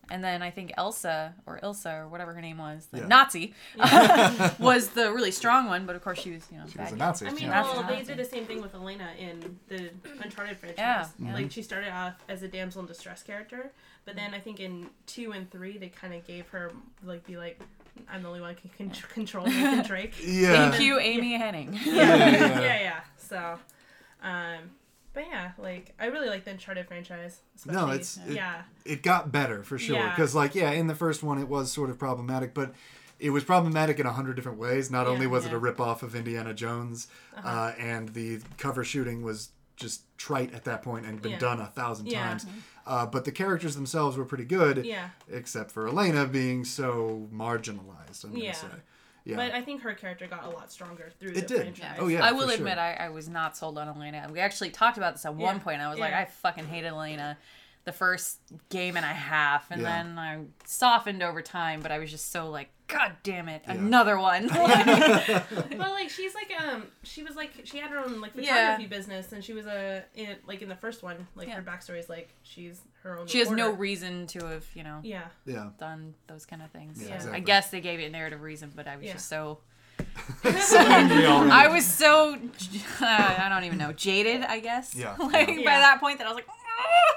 And then I think Elsa or Ilsa or whatever her name was, the Yeah. Nazi, was the really strong one. But of course she was, you know, she bad was a guy. Nazi. I mean, yeah. well, they Absolutely. did the same thing with Elena in the Uncharted franchise. Yeah, yeah. Like she started off as a damsel in distress character, but then I think in two and three they kind of gave her like be like, I'm the only one who can con- control Nathan Drake. yeah, Thank you, Amy Henning. yeah, yeah. yeah, yeah. So, um, but yeah, like I really like the Uncharted franchise. Especially, No, it's it, yeah, it got better for sure Yeah. because like yeah, in the first one it was sort of problematic, but it was problematic in a hundred different ways. Not only was it a rip off of Indiana Jones, Uh-huh. uh and the cover shooting was just trite at that point and been Yeah. done a thousand Yeah. times. Uh, but the characters themselves were pretty good, Yeah. except for Elena being so marginalized. I'm gonna Yeah. say, yeah, But I think her character got a lot stronger through It the did. franchise. Oh, yeah, I for will sure. admit I, I was not sold on Elena. We actually talked about this at one Yeah. point. I was like, Yeah. I fucking hated Elena the first game and a half, and Yeah. then I softened over time. But I was just so like, God damn it, another one. Like, Well, like she's like um she was like she had her own like Yeah. photography business and she was a in like in the first one like Yeah. her backstory is like she's her own. she has no reporter. reason to have, you know, yeah. yeah. done those kind of things. Yeah, So I exactly. guess they gave it a narrative reason, but I was Yeah. just so Angry already. I was so I don't even know jaded. I guess. Yeah. like by Yeah. that point that I was like. "Ah."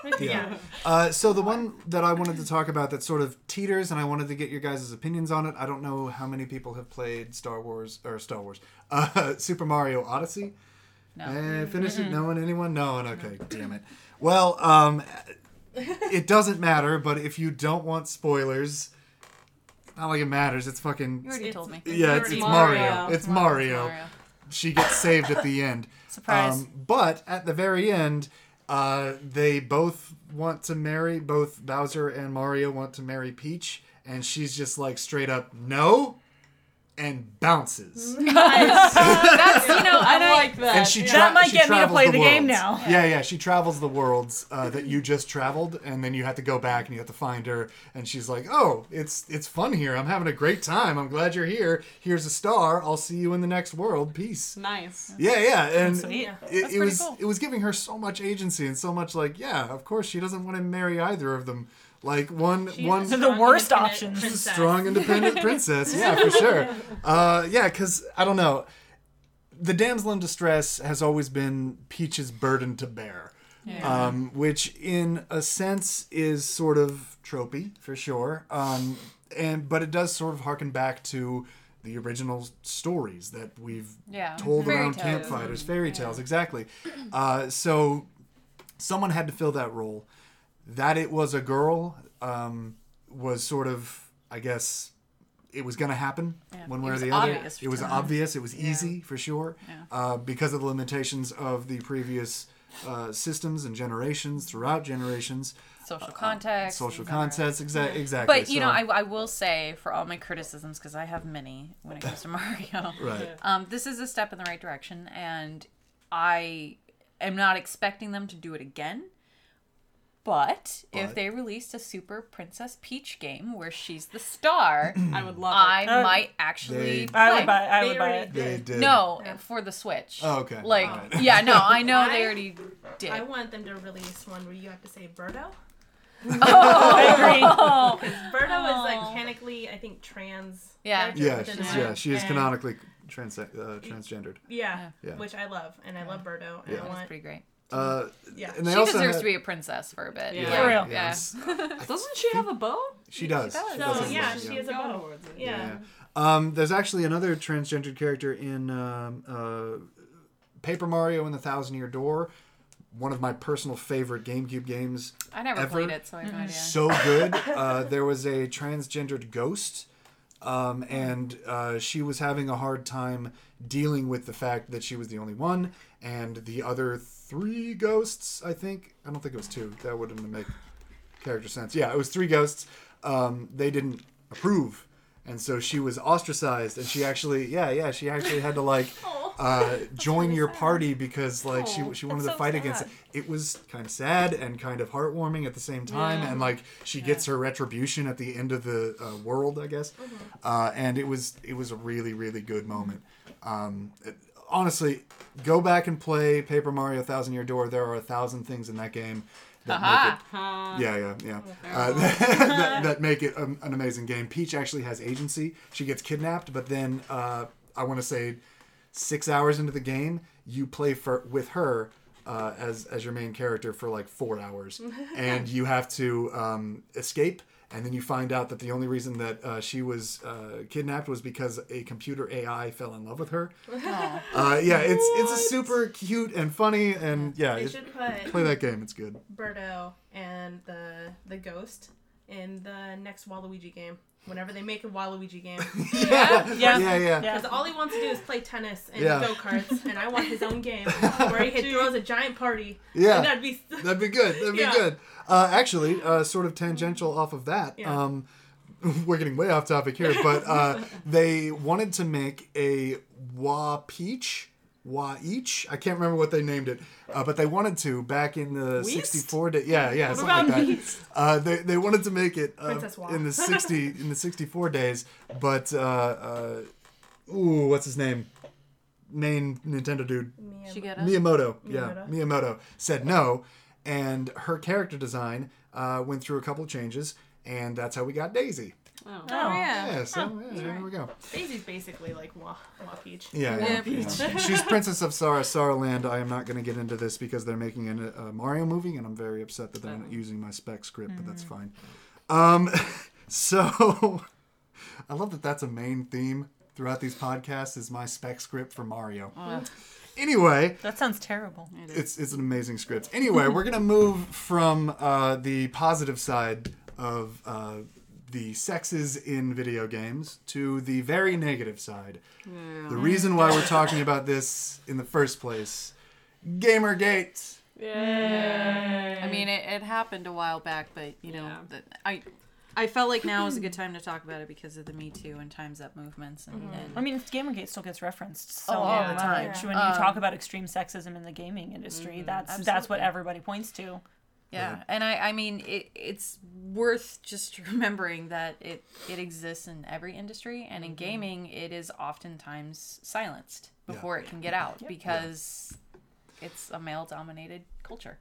Yeah. Uh, so the one that I wanted to talk about that sort of teeters, and I wanted to get your guys' opinions on it. I don't know how many people have played Star Wars or Star Wars, uh, Super Mario Odyssey. No. Eh, finish it. No one, anyone? No one. Okay, damn it. Well, um, it doesn't matter. But if you don't want spoilers, not like it matters. It's fucking. You already told me. Yeah, it's, already it's Mario. Mario. It's Mario she gets saved at the end. Um, Surprise. but at the very end, uh, they both want to marry, both Bowser and Mario want to marry Peach, and she's just like straight up, no, and bounces. That's you know I like that. And she tra- Uh, That might she get me to travels play the game worlds. now. Yeah, yeah. She travels the worlds uh, that you just traveled, and then you have to go back and you have to find her. And she's like, "Oh, it's it's fun here. I'm having a great time. I'm glad you're here. Here's a star. I'll see you in the next world. Peace." Nice. Yeah, yeah, and sweet. it, That's it pretty was cool. it was giving her so much agency and so much like, yeah, of course she doesn't want to marry either of them. Like one one the worst option. options. She's a strong, independent princess. Yeah, for sure. Uh, yeah, because I don't know. The damsel in distress has always been Peach's burden to bear, um, which in a sense is sort of tropey for sure. Um, and but it does sort of harken back to the original stories that we've Yeah. told Fairy around tales. campfires, fairy tales, exactly. Uh, so someone had to fill that role. That it was a girl um, was sort of, I guess, it was going to happen one way It or was the other. obvious It was to her. obvious. It was easy for sure uh, because of the limitations of the previous uh, systems and generations throughout generations. Social context. Social et cetera. context, exa- exactly. But you know, so- I, I will say for all my criticisms because I have many when it comes to Mario. Right. Um, this is a step in the right direction, and I am not expecting them to do it again. But, if But- they released a Super Princess Peach game where she's the star, I would love I it. Uh, might actually. they- I play. would buy. I They would buy already it. They did. No, for the Switch. Oh, okay. Like, All right. yeah, no, I know I- they already did. I want them to release one where you have to say Birdo. oh, Birdo is like Oh. canonically, I think, trans. Yeah. character Yeah, within she's, that, yeah, she is and- canonically trans- uh, transgendered. Yeah, Yeah. which I love, and I love Birdo, and Yeah. I that's want. pretty great. Uh, Yeah. and they She also deserves had- to be a princess for a bit. Yeah. For real. Yeah. it's- Doesn't she have a bow? She does. does. She No, does have a yeah, voice, she is a God bow. awards it. Yeah. Yeah. Um, there's actually another transgendered character in um, uh, Paper Mario and the Thousand Year Door, one of my personal favorite GameCube games. I never Ever? Mm-hmm. played it, so I have no idea. So good. Uh, there was a transgendered ghost, um, and uh, she was having a hard time dealing with the fact that she was the only one, and the other three ghosts, I think. I don't think it was two. That wouldn't make character sense. Yeah, it was three ghosts. Um, they didn't approve, and so she was ostracized. And she actually, yeah, yeah, she actually had to like Oh. uh, join your party because like she she wanted to that's so fight against it. sad. It was kind of sad and kind of heartwarming at the same time. And like she gets her retribution at the end of the uh, world, I guess. Mm-hmm. Uh, and it was it was a really really good moment. Um, it- honestly, go back and play Paper Mario Thousand Year Door. There are a thousand things in that game. That make it Huh. yeah, yeah, yeah. Uh, that, that make it um, an amazing game. Peach actually has agency. She gets kidnapped, but then uh, I want to say six hours into the game, you play for with her uh, as as your main character for like four hours, and you have to um, escape. And then you find out that the only reason that uh, she was uh, kidnapped was because a computer AI fell in love with her. Uh, yeah, it's it's a super cute and funny and yeah, They it- should put play that game. It's good. Birdo and the the ghost in the next Waluigi game. Whenever they make a Waluigi game, Yeah, Yeah. yeah, yeah. Yeah. because all he wants to do is play tennis and Yeah. go karts, and I want his own game where he throws a giant party. Yeah. and that'd be That'd be good. That'd Yeah. be good. Uh, actually, uh, sort of tangential off of that. Yeah. Um, we're getting way off topic here, but uh, they wanted to make a Wa Peach, Wa Each. I can't remember what they named it, uh, but they wanted to back in the Weast? 64 day. Yeah, yeah, about something like that. Uh, they, they wanted to make it uh, Princess Wa. in the 60 in the 64 days, but uh, uh, ooh, what's his name? Main Nintendo dude. Shigeta? Miyamoto, yeah, Miyamoto. Miyamoto said no, and her character design uh, went through a couple changes, and that's how we got Daisy. Oh. Oh, yeah. Yeah, so yeah, there we go. Daisy's basically like Wah Wah Peach. Yeah, yeah, yeah. she's Princess of Sara Sara Land. I am not going to get into this because they're making an, a Mario movie, and I'm very upset that they're not using my spec script, but that's fine. Um, so I love that that's a main theme throughout these podcasts is my spec script for Mario. Anyway, That sounds terrible. it's it's an amazing script. Anyway, we're gonna move from uh, the positive side of uh, the sexes in video games to the very negative side. The reason why we're talking about this in the first place, GamerGate. I mean, it, it happened a while back, but you know, Yeah. the, I I felt like now was a good time to talk about it because of the Me Too and Times Up movements and, I and mean, Gamergate still gets referenced so Oh, Um, all the much. time. When you talk about extreme sexism in the gaming industry, Mm-hmm. that's that's what everybody points to. yeah, and I I mean, it, it's worth just remembering that it it exists in every industry, and Mm-hmm. in gaming, it is oftentimes silenced before it can get out because it's a male dominated culture.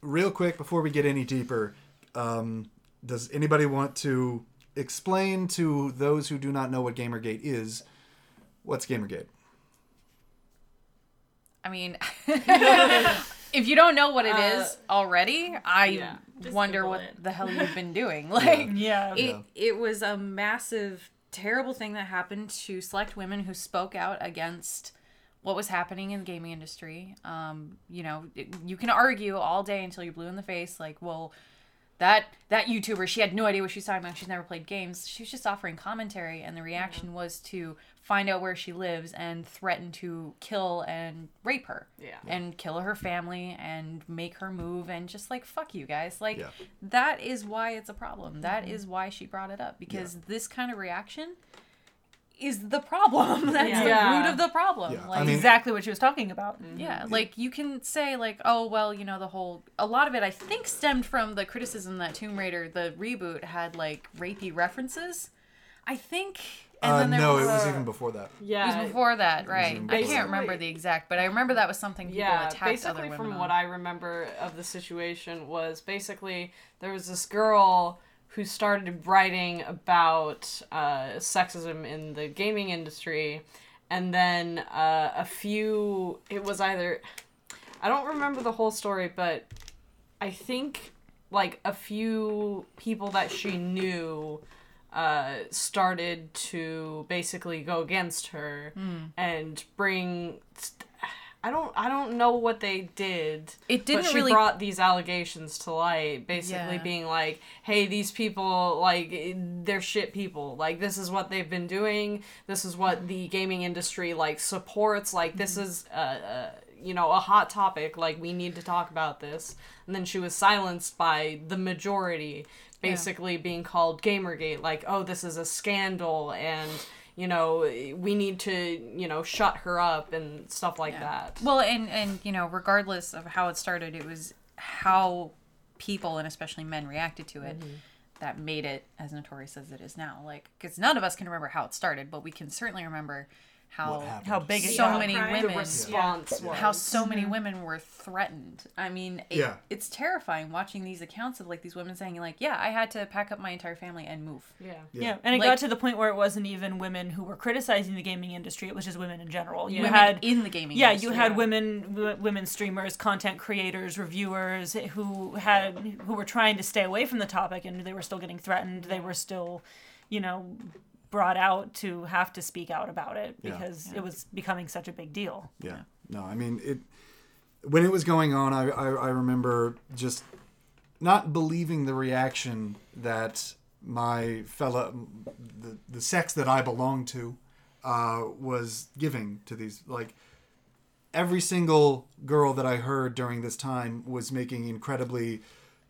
Real quick before we get any deeper, um, does anybody want to explain to those who do not know what GamerGate is? What's GamerGate? I mean, if you don't know what it is already, I yeah. Uh, Just wonder Google what it. the hell you've been doing. Like, Yeah. it, it was a massive, terrible thing that happened to select women who spoke out against what was happening in the gaming industry. Um, you know, it- you can argue all day until you're blue in the face, like, well, that that YouTuber, she had no idea what she was talking about. She's never played games. She was just offering commentary, and the reaction was to find out where she lives and threaten to kill and rape her, Yeah. and kill her family and make her move and just like fuck you guys. Like Yeah. that Mm-hmm. is why it's a problem. That is why she brought it up because this kind of reaction is the problem. That's the Yeah. root of the problem. Yeah, I Like, mean- exactly what she was talking about. yeah, like you can say like, oh well, you know, the whole a lot of it I think stemmed from the criticism that Tomb Raider the reboot had like rapey references. I think, and Uh, then there no, was, it was uh, even before that. it was Yeah. before that, right? I Basically- can't remember the exact, but I remember that was something people yeah, attacked other basically women from on. what I remember of the situation was basically there was this girl who started writing about uh, sexism in the gaming industry, and then uh, a few it was either I don't remember the whole story, but I think like a few people that she knew uh, started to basically go against her Hmm. and bring. I don't. I don't know what they did. It didn't but she really- brought these allegations to light, basically Yeah. being like, "Hey, these people, like, they're shit people. Like, this is what they've been doing. This is what the gaming industry like supports. Like, this is uh, uh, you know a hot topic like we need to talk about this and then she was silenced by the majority basically being called gamergate like oh this is a scandal and you know we need to you know shut her up and stuff like that Well, and and you know, regardless of how it started, it was how people and especially men reacted to it Mm-hmm. that made it as notorious as it is now. Like, because none of us can remember how it started, but we can certainly remember how What happened? How Mm-hmm. big it so got. many Outcry. The women. response was How so many women were threatened. I mean, it, Yeah. it's terrifying watching these accounts of like these women saying, like, yeah, I had to pack up my entire family and move. yeah Yeah, and it Like- got to the point where it wasn't even women who were criticizing the gaming industry; it was just women in general. You Women had in the gaming yeah, industry. you had women, w- women streamers, content creators, reviewers who had who were trying to stay away from the topic, and they were still getting threatened. They were still, you know, brought out to have to speak out about it Yeah. because it was becoming such a big deal. Yeah. No, I mean it. When it was going on, I, I I remember just not believing the reaction that my fella, the the sex that I belong to, uh, was giving to these like. Every single girl that I heard during this time was making incredibly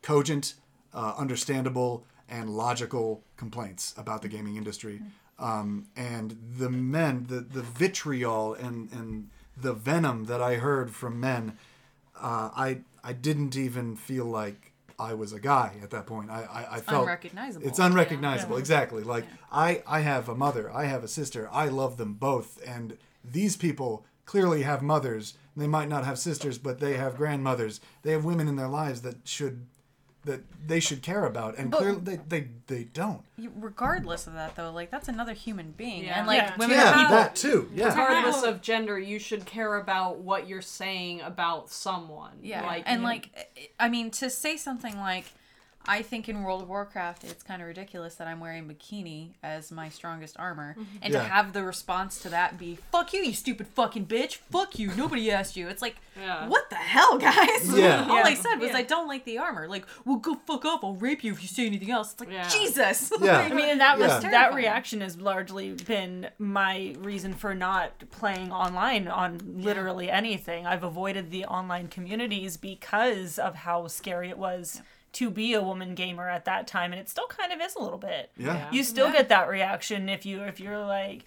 cogent, uh, understandable, and logical complaints about the gaming industry. Um, and the men, the, the vitriol and, and the venom that I heard from men, uh, I, I didn't even feel like I was a guy at that point. I, I, I felt Unrecognizable. It's unrecognizable, exactly. Like I, I have a mother, I have a sister, I love them both, and these people clearly have mothers. They might not have sisters, but they have grandmothers. They have women in their lives that should that they should care about, and clearly they, they they don't. You- Regardless of that, though, like, that's another human being. Yeah. And like, Yeah. women are Yeah, people. that too. Yeah, regardless of gender you should care about what you're saying about someone Yeah, like and you- like, I I mean, to say something like, I think in World of Warcraft, it's kind of ridiculous that I'm wearing bikini as my strongest armor, Mm-hmm. and Yeah. to have the response to that be "fuck you, you stupid fucking bitch," "fuck you, nobody asked you." It's like, Yeah. what the hell, guys? Yeah. All I Yeah. said was, "I don't like the armor." Like, well, go fuck off. I'll rape you if you say anything else. It's like, Yeah. Jesus. Yeah. Like, I mean, and that was Yeah. that Terrifying. reaction has largely been my reason for not playing online on literally anything. I've avoided the online communities because of how scary it was to be a woman gamer at that time, and it still kind of is a little bit. yeah, You still get that reaction if you if you're like.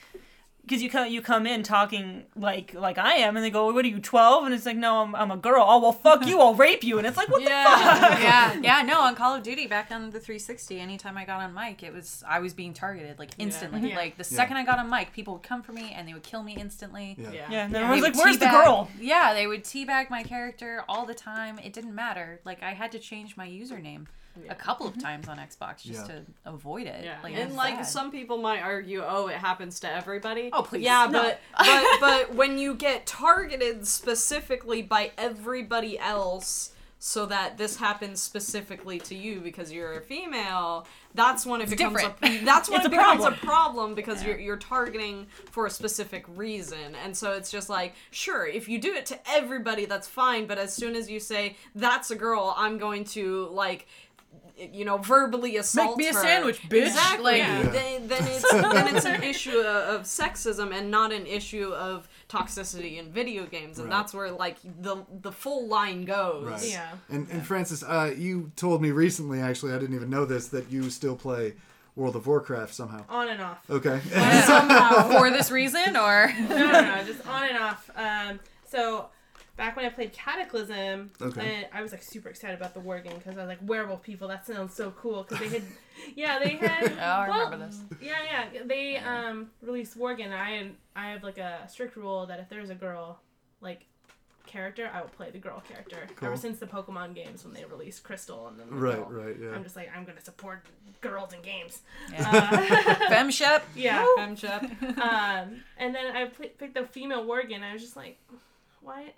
Because you come, you come in talking like like I am, and they go, "What are you, 12? And it's like, "No, I'm, I'm a girl." Oh well, fuck you, I'll rape you. And it's like, "What the yeah, yeah, yeah. No, on Call of Duty back on the 360, anytime I got on mic, it was I was being targeted like instantly. Like the second I got on mic, people would come for me and they would kill me instantly. yeah. yeah. Yeah, and then They everyone's like, would "Where's the teabag- girl?" Yeah, they would teabag my character all the time. It didn't matter. Like I had to change my username a couple of times on Xbox just Yeah. to avoid it. Yeah. Like, and it's like sad. some people might argue, oh, it happens to everybody. Oh, please. Yeah, No. but but but when you get targeted specifically by everybody else so that this happens specifically to you because you're a female, that's when it becomes a different. that's when It's it a becomes problem. a problem because you're you're targeting for a specific reason. And so it's just like, sure, if you do it to everybody, that's fine, but as soon as you say that's a girl, I'm going to like you know, verbally assault me a her. sandwich, bitch. Exactly. Like- Yeah. Then, then it's then it's an issue of, of sexism and not an issue of toxicity in video games, and Right. that's where like the the full line goes. Right. Yeah. And and Francis, uh, you told me recently, actually, I didn't even know this, that you still play World of Warcraft somehow. on and off. Okay. for this reason or no, no, no, just on and off. Um, so back when I played Cataclysm, Okay. and I was like super excited about the war game because I was like werewolf people. That sounds so cool because they had, yeah, they had. Oh, I well, remember this. Yeah, yeah, they um released war game. And I I have like a strict rule that if there's a girl, like. Character, I will play the girl character. Cool. Ever since the Pokemon games, when they released Crystal and then the right, girl. right, yeah. I'm just like I'm gonna support girls in games. femship? Yeah, Fem chip. um, and then I pl- picked the female Worgen. I was just like, why,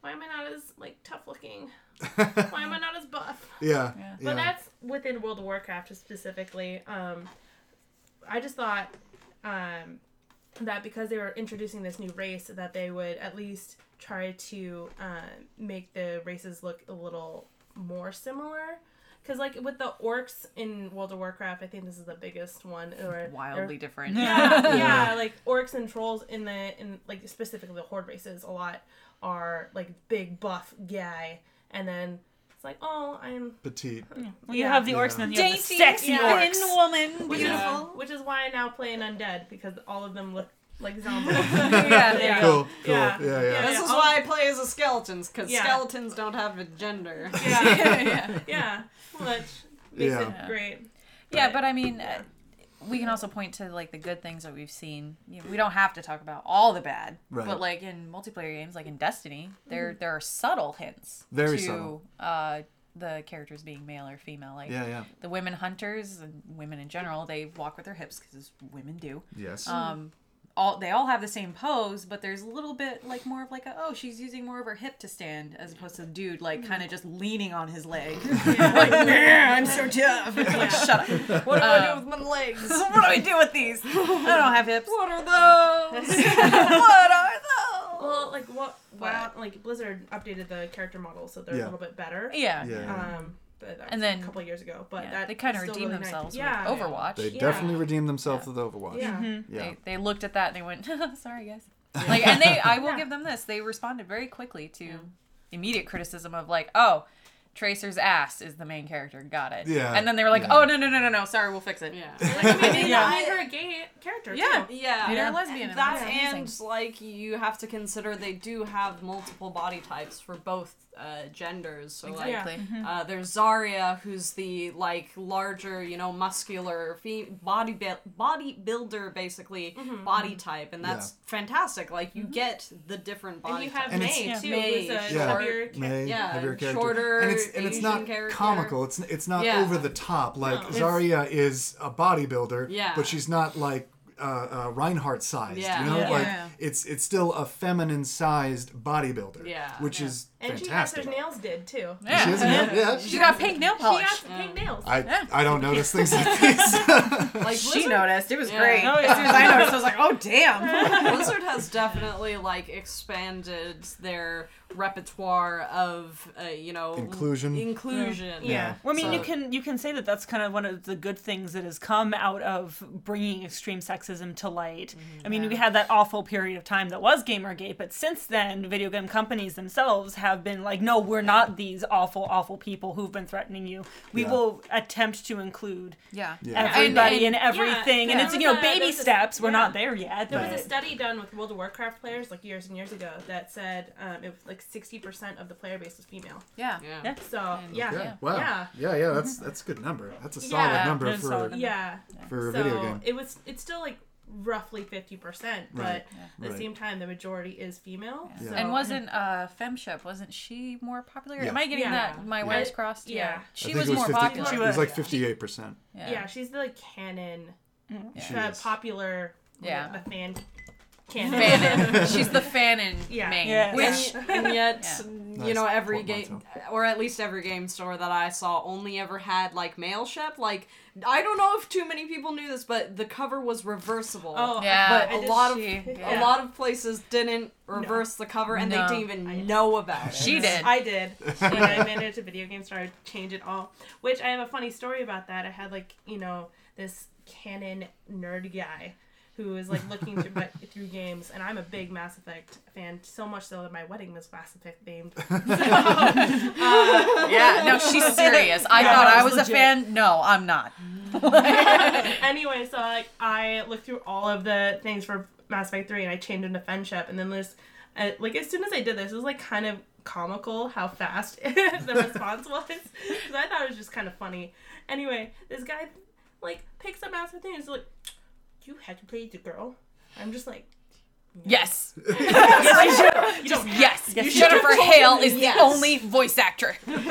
why am I not as like tough looking? Why am I not as buff? yeah. Yeah. But that's within World of Warcraft specifically. Um, I just thought um, that because they were introducing this new race, that they would at least try to um make the races look a little more similar. Because like with the orcs in World of Warcraft, I think this is the biggest one. Or Wildly or- different. yeah, yeah, like orcs and trolls in the in like specifically the horde races a lot are like big buff guy, and then it's like oh I'm Petite. Well, you Yeah. have the orcs and then you have the sexy orcs. woman, which beautiful. is which is why I now play an undead because all of them look like zombies. Yeah, there you Cool, cool. Yeah. Yeah, yeah. Yeah. This is I'll- why I play as a skeletons, because Yeah. skeletons don't have a gender. yeah, yeah, which makes Yeah. it great. Yeah, but I mean, uh, we can also point to like the good things that we've seen. You know, we don't have to talk about all the bad, Right. but like in multiplayer games, like in Destiny, there there are subtle hints Very to subtle. Uh, the characters being male or female. Like Yeah, yeah. the women hunters and women in general, they walk with their hips because women do. Yes. Um, all they all have the same pose, but there's a little bit like more of like a oh she's using more of her hip to stand as opposed to the dude like kind of just leaning on his leg. like man, I'm so tough. like shut up. What do I do with my legs? what do I do with these? I don't have hips. What are those? what are those? Well, like what? Wow, like Blizzard updated the character models so they're Yeah. a little bit better. Yeah. yeah. Um, but that was And a then- couple years ago, but Yeah, that they kind of still redeem really nice. themselves Yeah. with Overwatch. Mm-hmm. they yeah. definitely redeemed themselves with Overwatch. Yeah. Yeah. They, they looked at that and they went, "Sorry guys." Like, and they, I will Yeah. give them this. They responded very quickly to immediate criticism of like, "Oh, Tracer's ass is the main character. Got it." Yeah. And then they were like, "Oh no no no no no. Sorry, we'll fix it." Yeah. Like, I mean, they Yeah. made her a gay character. Yeah. too. Yeah. They're lesbian. and That that's and amazing. like you have to consider they do have multiple body types for both uh, genders. So like Exactly. Mm-hmm. uh, there's Zarya who's the like larger, you know, muscular fe- body bodybuilder basically Mm-hmm, body type, and that's fantastic. Like you get the different And body. you have And types. it's- May Yeah. too, who's a Yeah. chubbier May ca- yeah, have your character. shorter and it's and it's Asian not character. comical. It's it's not Yeah. over the top. Like No. Zarya is a bodybuilder, Yeah. but she's not like uh, uh, Reinhardt sized. Yeah. You know, Yeah. like Yeah. it's it's still a feminine sized bodybuilder. Yeah. which is And she has her fantastic. nails did too. Yeah. She has her nail- yeah. She got pink nail She polish. has pink nails. I I don't notice things like these. Like She Blizzard- noticed. It was Yeah. great. Oh, As soon as I noticed, I was like, "Oh damn." Blizzard has definitely like expanded their repertoire of uh, you know Inclusion. inclusion. Yeah. Well, I mean, you So- can you can say that that's kind of one of the good things that has come out of bringing extreme sexism to light. I mean, we had that awful period of time that was GamerGate, but since then, video game companies themselves have been like, no, we're not these awful, awful people who've been threatening you. We Yeah. will attempt to include Yeah. everybody and, And- everything, yeah, and there it's you was know a- baby there was a- steps. We're yeah. not there yet. There was but- a study done with World of Warcraft players like years and years ago that said um, it was like 60% of the player base was female. Yeah. Yeah. Yeah. So, yeah. yeah. Wow. Yeah. yeah, yeah. That's that's a good number. That's a solid Yeah. number That's for solid. Yeah. for a so video game. it was it's still like roughly 50%, but Right. at the Right. same time the majority is female. So, And wasn't uh, femship? Wasn't she more popular? Yeah. Am I getting Yeah. that my wires crossed? Yeah. I She I think was, it more 50 popular. It She was like Yeah. fifty eight percent. yeah. she's the like canon She uh, is. popular Yeah. the fan canon. Fanon. She's the Fanon Yeah. main. Yeah. Which and yet you know Nice every game portmanteau. or at least every game store that I saw only ever had like male ship. Like I don't know if too many people knew this, but the cover was reversible. Oh, Yeah. But I a did lot of see- a yeah. lot of places didn't reverse the cover, and No. they didn't even know about it. She did. I did. when I managed a video game store, I would change it all. Which I have a funny story about that. I had like, you know, this canon nerd guy who is like looking through, my, through games, and I'm a big Mass Effect fan, so much so that my wedding was Mass Effect themed. Yeah, no, she's serious. I Yeah, thought that I was was a legit. fan. No, I'm not. anyway, so like I looked through all of the things for Mass Effect Three, and I changed them to friendship, and then this, uh, like as soon as I did this, it was like kind of comical how fast the response was. So I thought it was just kind of funny. Anyway, this guy like picks up Mass Effect Three and he's like, "You had to play the girl." I'm just like, Yes. "You don't." Yes. Yes, you Jennifer Hale is Yes. the only voice actor. like,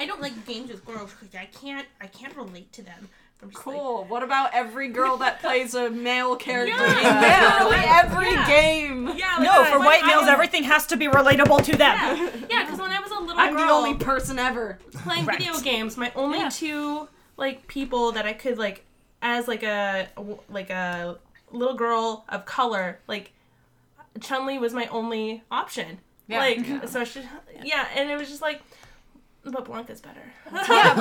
I don't like games with girls because I can't. I can't relate to them. I'm just like, Cool. What about every girl that plays a male character Yeah. in literally every Yeah. game? yeah, like, No, when for white I males, was- everything has to be relatable to them. Yeah, because when I was a little I'm girl, the only person ever. playing video games my only two like people that i could like as like a like a little girl of color like chun li was my only option Yeah. like so she, yeah and it was just like but blanca's better Yeah,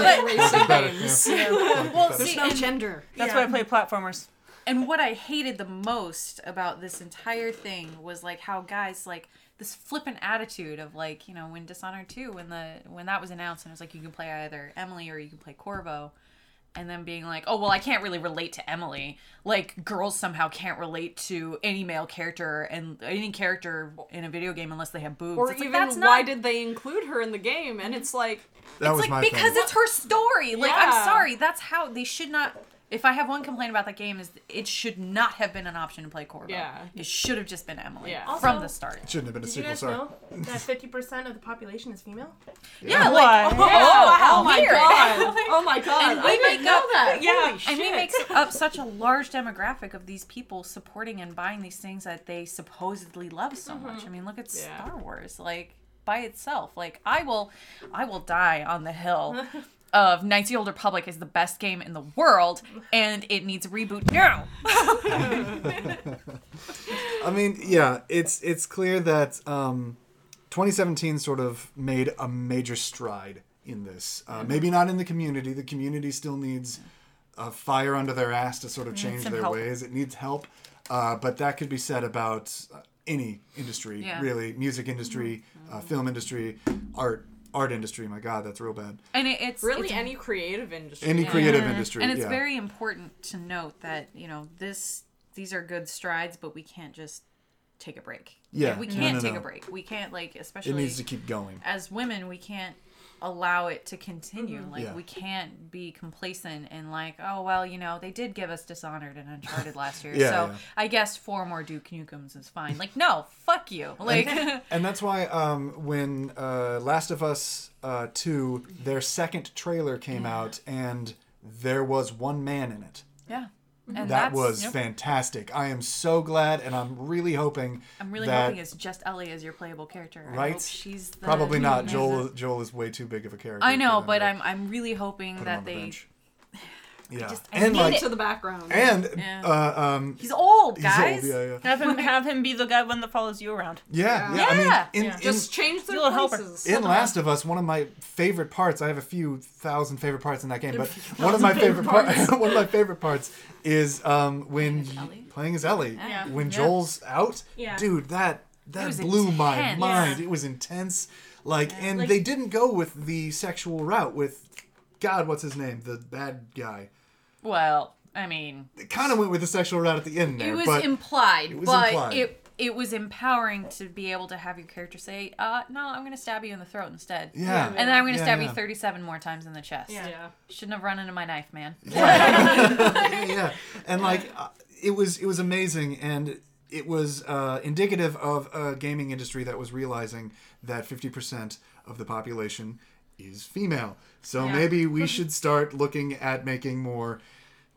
but Well, see, No and- gender. That's Yeah. why I play platformers. And what I hated the most about this entire thing was like how guys like this flippant attitude of like you know when Dishonored two when the when that was announced and it was like you can play either Emily or you can play Corvo, and then being like oh well I can't really relate to Emily like girls somehow can't relate to any male character and any character in a video game unless they have boobs Or It's like, even that's not why did they include her in the game? And it's like, That was it's my like because thing. it's her story. Like Yeah. I'm sorry, that's how they should not. If I have one complaint about that game, is it should not have been an option to play Corvo. Yeah. it should have just been Emily Yeah. from Also- the start. Shouldn't have been a did you sequel, guys sorry. know that 50% of the population is female Yeah, Why? like oh, oh, how my weird. god, oh my god, And I we didn't make know up- that. yeah And we make up such a large demographic of these people supporting and buying these things that they supposedly love so much. I mean, look at Mm-hmm. Yeah. Star Wars, like by itself. Like I will, I will die on the hill of Knights of the Old Republic is the best game in the world, and it needs a reboot now. I mean, yeah, it's it's clear that um, 2017 sort of made a major stride in this. Mm-hmm. Uh, maybe not in the community. The community still needs a fire under their ass to sort of change some their help. ways. It needs help, uh, but that could be said about uh, any industry, Yeah. Mm-hmm. really. Music industry, uh, film industry, art art industry. My God, that's real bad. And it, it's Really, it's- any creative industry? Any creative industry, and it's yeah. very important to note that you know this these are good strides, but we can't just take a break. Yeah, Like, we no, can't no, take no. a break. We can't like it especially needs to keep going. as women we can't allow it to continue like Mm-hmm. Yeah. we can't be complacent and like oh well you know they did give us dishonored and uncharted last year Yeah, so yeah. i guess four more duke nukums is fine like no fuck you like And that's why um, when uh, Last of Us uh, 2, their second trailer came out, and there was one man in it. yeah and That that's- was yep. fantastic. I am so glad, and I'm really hoping. i'm really that, hoping it's just ellie as your playable character I Right? hope she's the, Probably not. she's Joel. the- Joel is way too big of a character. i know for them but to i'm i'm really hoping put him on that the they bench. Yeah. just- I and need like it. to the background. and Yeah. uh, um, he's old he's old, guys Yeah, yeah. Have him have him be the guy one that follows you around. Yeah, yeah. I Yeah. mean, in, in- Just change their Little helper. places. in Last of Us, one of my favorite parts. I have a few thousand favorite parts in that game, but one of my favorite parts. one of my favorite parts is um, when y- Ellie. playing as Ellie. Yeah. When Yeah. Joel's out, Yeah. dude, that that was blew my intense. mind. It was intense. Like, and Like- they didn't go with the sexual route with. God, what's his name? The bad guy. well i mean It kind of went with the sexual route at the end there, It was but implied, it was but implied. it it was empowering to be able to have your character say, "Uh, no, I'm going to stab you in the throat instead." yeah, And then I'm going to Yeah, stab yeah. you 37 more times in the chest. Yeah. yeah. Shouldn't have run into my knife, man. yeah, yeah. And like, uh, it was it was amazing, and it was uh, indicative of a gaming industry that was realizing that fifty percent of the population is female. So maybe we should start looking at making more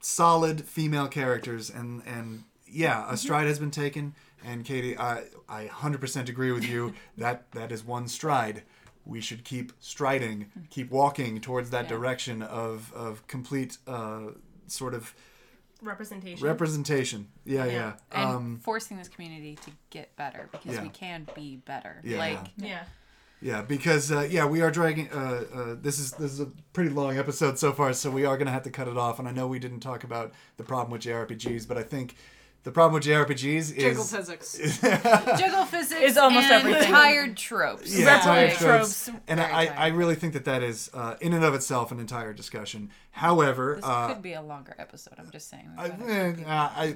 solid female characters, and and yeah, a stride has been taken. And Katie, I I hundred percent agree with you. that that is one stride. We should keep striding, keep walking towards that direction of of complete uh, sort of representation representation. Yeah, yeah. And Um, forcing this community to get better because Yeah. we can be better. Yeah. Like yeah yeah, because uh, yeah, we are dragging. Uh, uh, this is this is a pretty long episode so far, so we are gonna have to cut it off. And I know we didn't talk about the problem with JRPGs, but I think The problem with JRPGs Jiggle is physics. Jiggle physics It's almost and everything. tired tropes. yeah, Repetitive tired tropes. tropes. And Very I, tired. I really think that that is, uh, in and of itself, an entire discussion. However, This uh, could be a longer episode. I'm just saying. I, eh, uh, I,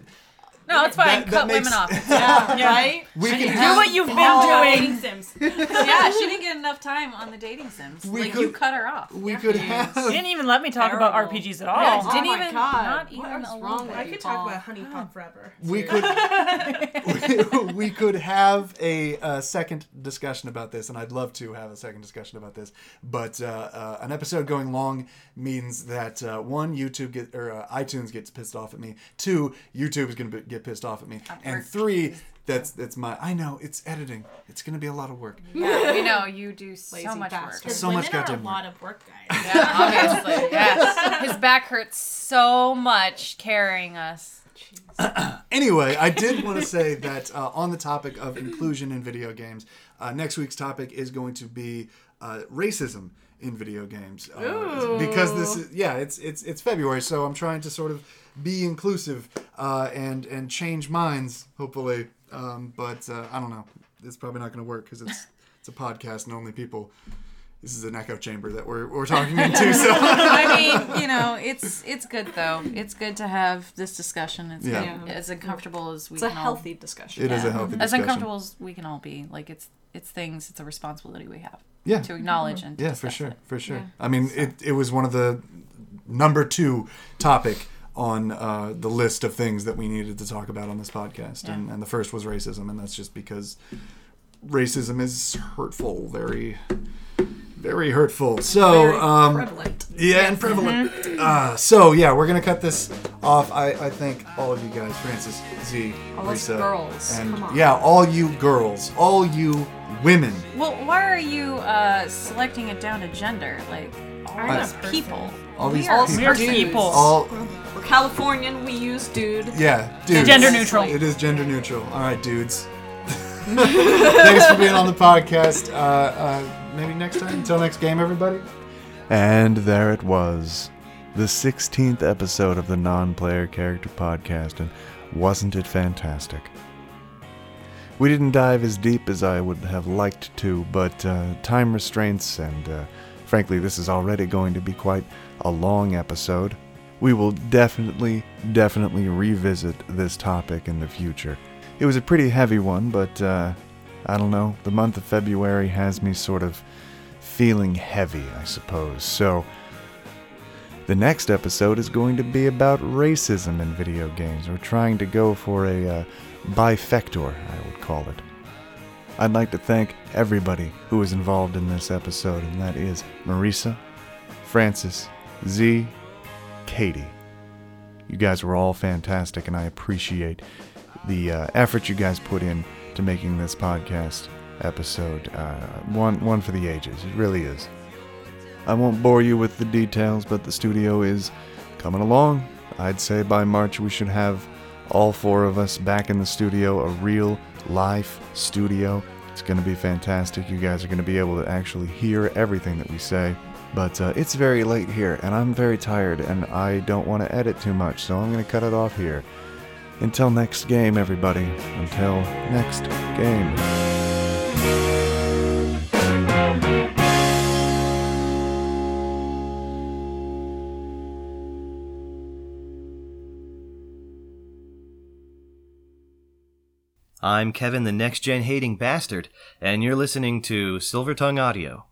no, it's fine. that- that Cut makes- women off. Yeah. Right? we can Do have, what you've Oh, Oh, been doing. Sims. yeah, she didn't get enough time on the dating sims. We like could- you cut her off. we could You have. didn't even let me talk about Terrible. RPGs at Yeah, all. didn't Oh my even God. not What even is a wrong little with I bit. you? could talk Paul. about Honey Pop forever. We could, we, we could have a, uh second discussion about this, and I'd love to have a second discussion about this. But uh, uh, an episode going long means that uh, one, YouTube get, or uh, iTunes gets pissed off at me. Two, YouTube is going to get pissed off at me, and heard- three, that's that's my. I know it's editing. It's going to be a lot of work. Yeah, we know you do so Lazy much bastard. work. So much Women are goddamn a lot of work, guys. Yeah, obviously. yes. His back hurts so much carrying us. Anyway, I did want to say that uh, on the topic of inclusion in video games, uh, next week's topic is going to be uh, racism in video games uh, because this is yeah it's it's it's February, so I'm trying to sort of be inclusive uh, and and change minds hopefully, um, but uh, I don't know. It's probably not going to work because it's it's a podcast and only people. This is an echo chamber that we're we're talking into, so. I mean, you know, it's it's good though. It's good to have this discussion. It's Yeah. good, as uncomfortable as we It's a can all- healthy discussion. It is a healthy as discussion. uncomfortable as we can all be. Like it's it's things. It's a responsibility we have Yeah. to acknowledge and to Yeah, for discuss sure, it. for sure. I mean, it, it was one of the number two topic on uh, the list of things that we needed to talk about on this podcast, and, and the first was racism, and that's just because racism is hurtful, very, very hurtful. So, um, Prevalent. Mm-hmm. yeah, and prevalent. Uh, so yeah, we're gonna cut this off. I, I thank all of you guys, Francis, Z, All us Lisa, girls, and come on. yeah, all you girls, all you women. Well, why are you uh, selecting it down to gender? Like all I'm these a person. people. All these we are We are Dudes. people. All We're Californian, we use dude. yeah, dude. Gender neutral. It is gender neutral. All right, dudes. Thanks for being on the podcast. Uh, uh, maybe next time. Until next game, everybody. And there it was, the 16th episode of the Non Player Character Podcast, and wasn't it fantastic? We didn't dive as deep as I would have liked to, but uh, time restraints, and uh, frankly, this is already going to be quite a long episode. We will definitely, definitely revisit this topic in the future. It was a pretty heavy one, but uh, I don't know. The month of February has me sort of feeling heavy, I suppose. So, the next episode is going to be about racism in video games. We're trying to go for a uh, bifector, I would call it. I'd like to thank everybody who was involved in this episode, and that is Marisa, Francis, Z, Katie. You guys were all fantastic, and I appreciate the uh, effort you guys put in to making this podcast episode uh, one one for the ages. It really is. I won't bore you with the details, but the studio is coming along. I'd say by March we should have all four of us back in the studio, a real live studio. It's going to be fantastic. You guys are going to be able to actually hear everything that we say. But uh, it's very late here, and I'm very tired, and I don't want to edit too much, so I'm going to cut it off here. Until next game, everybody. Until next game. I'm Kevin, the next gen hating bastard, and you're listening to Silvertongue Audio.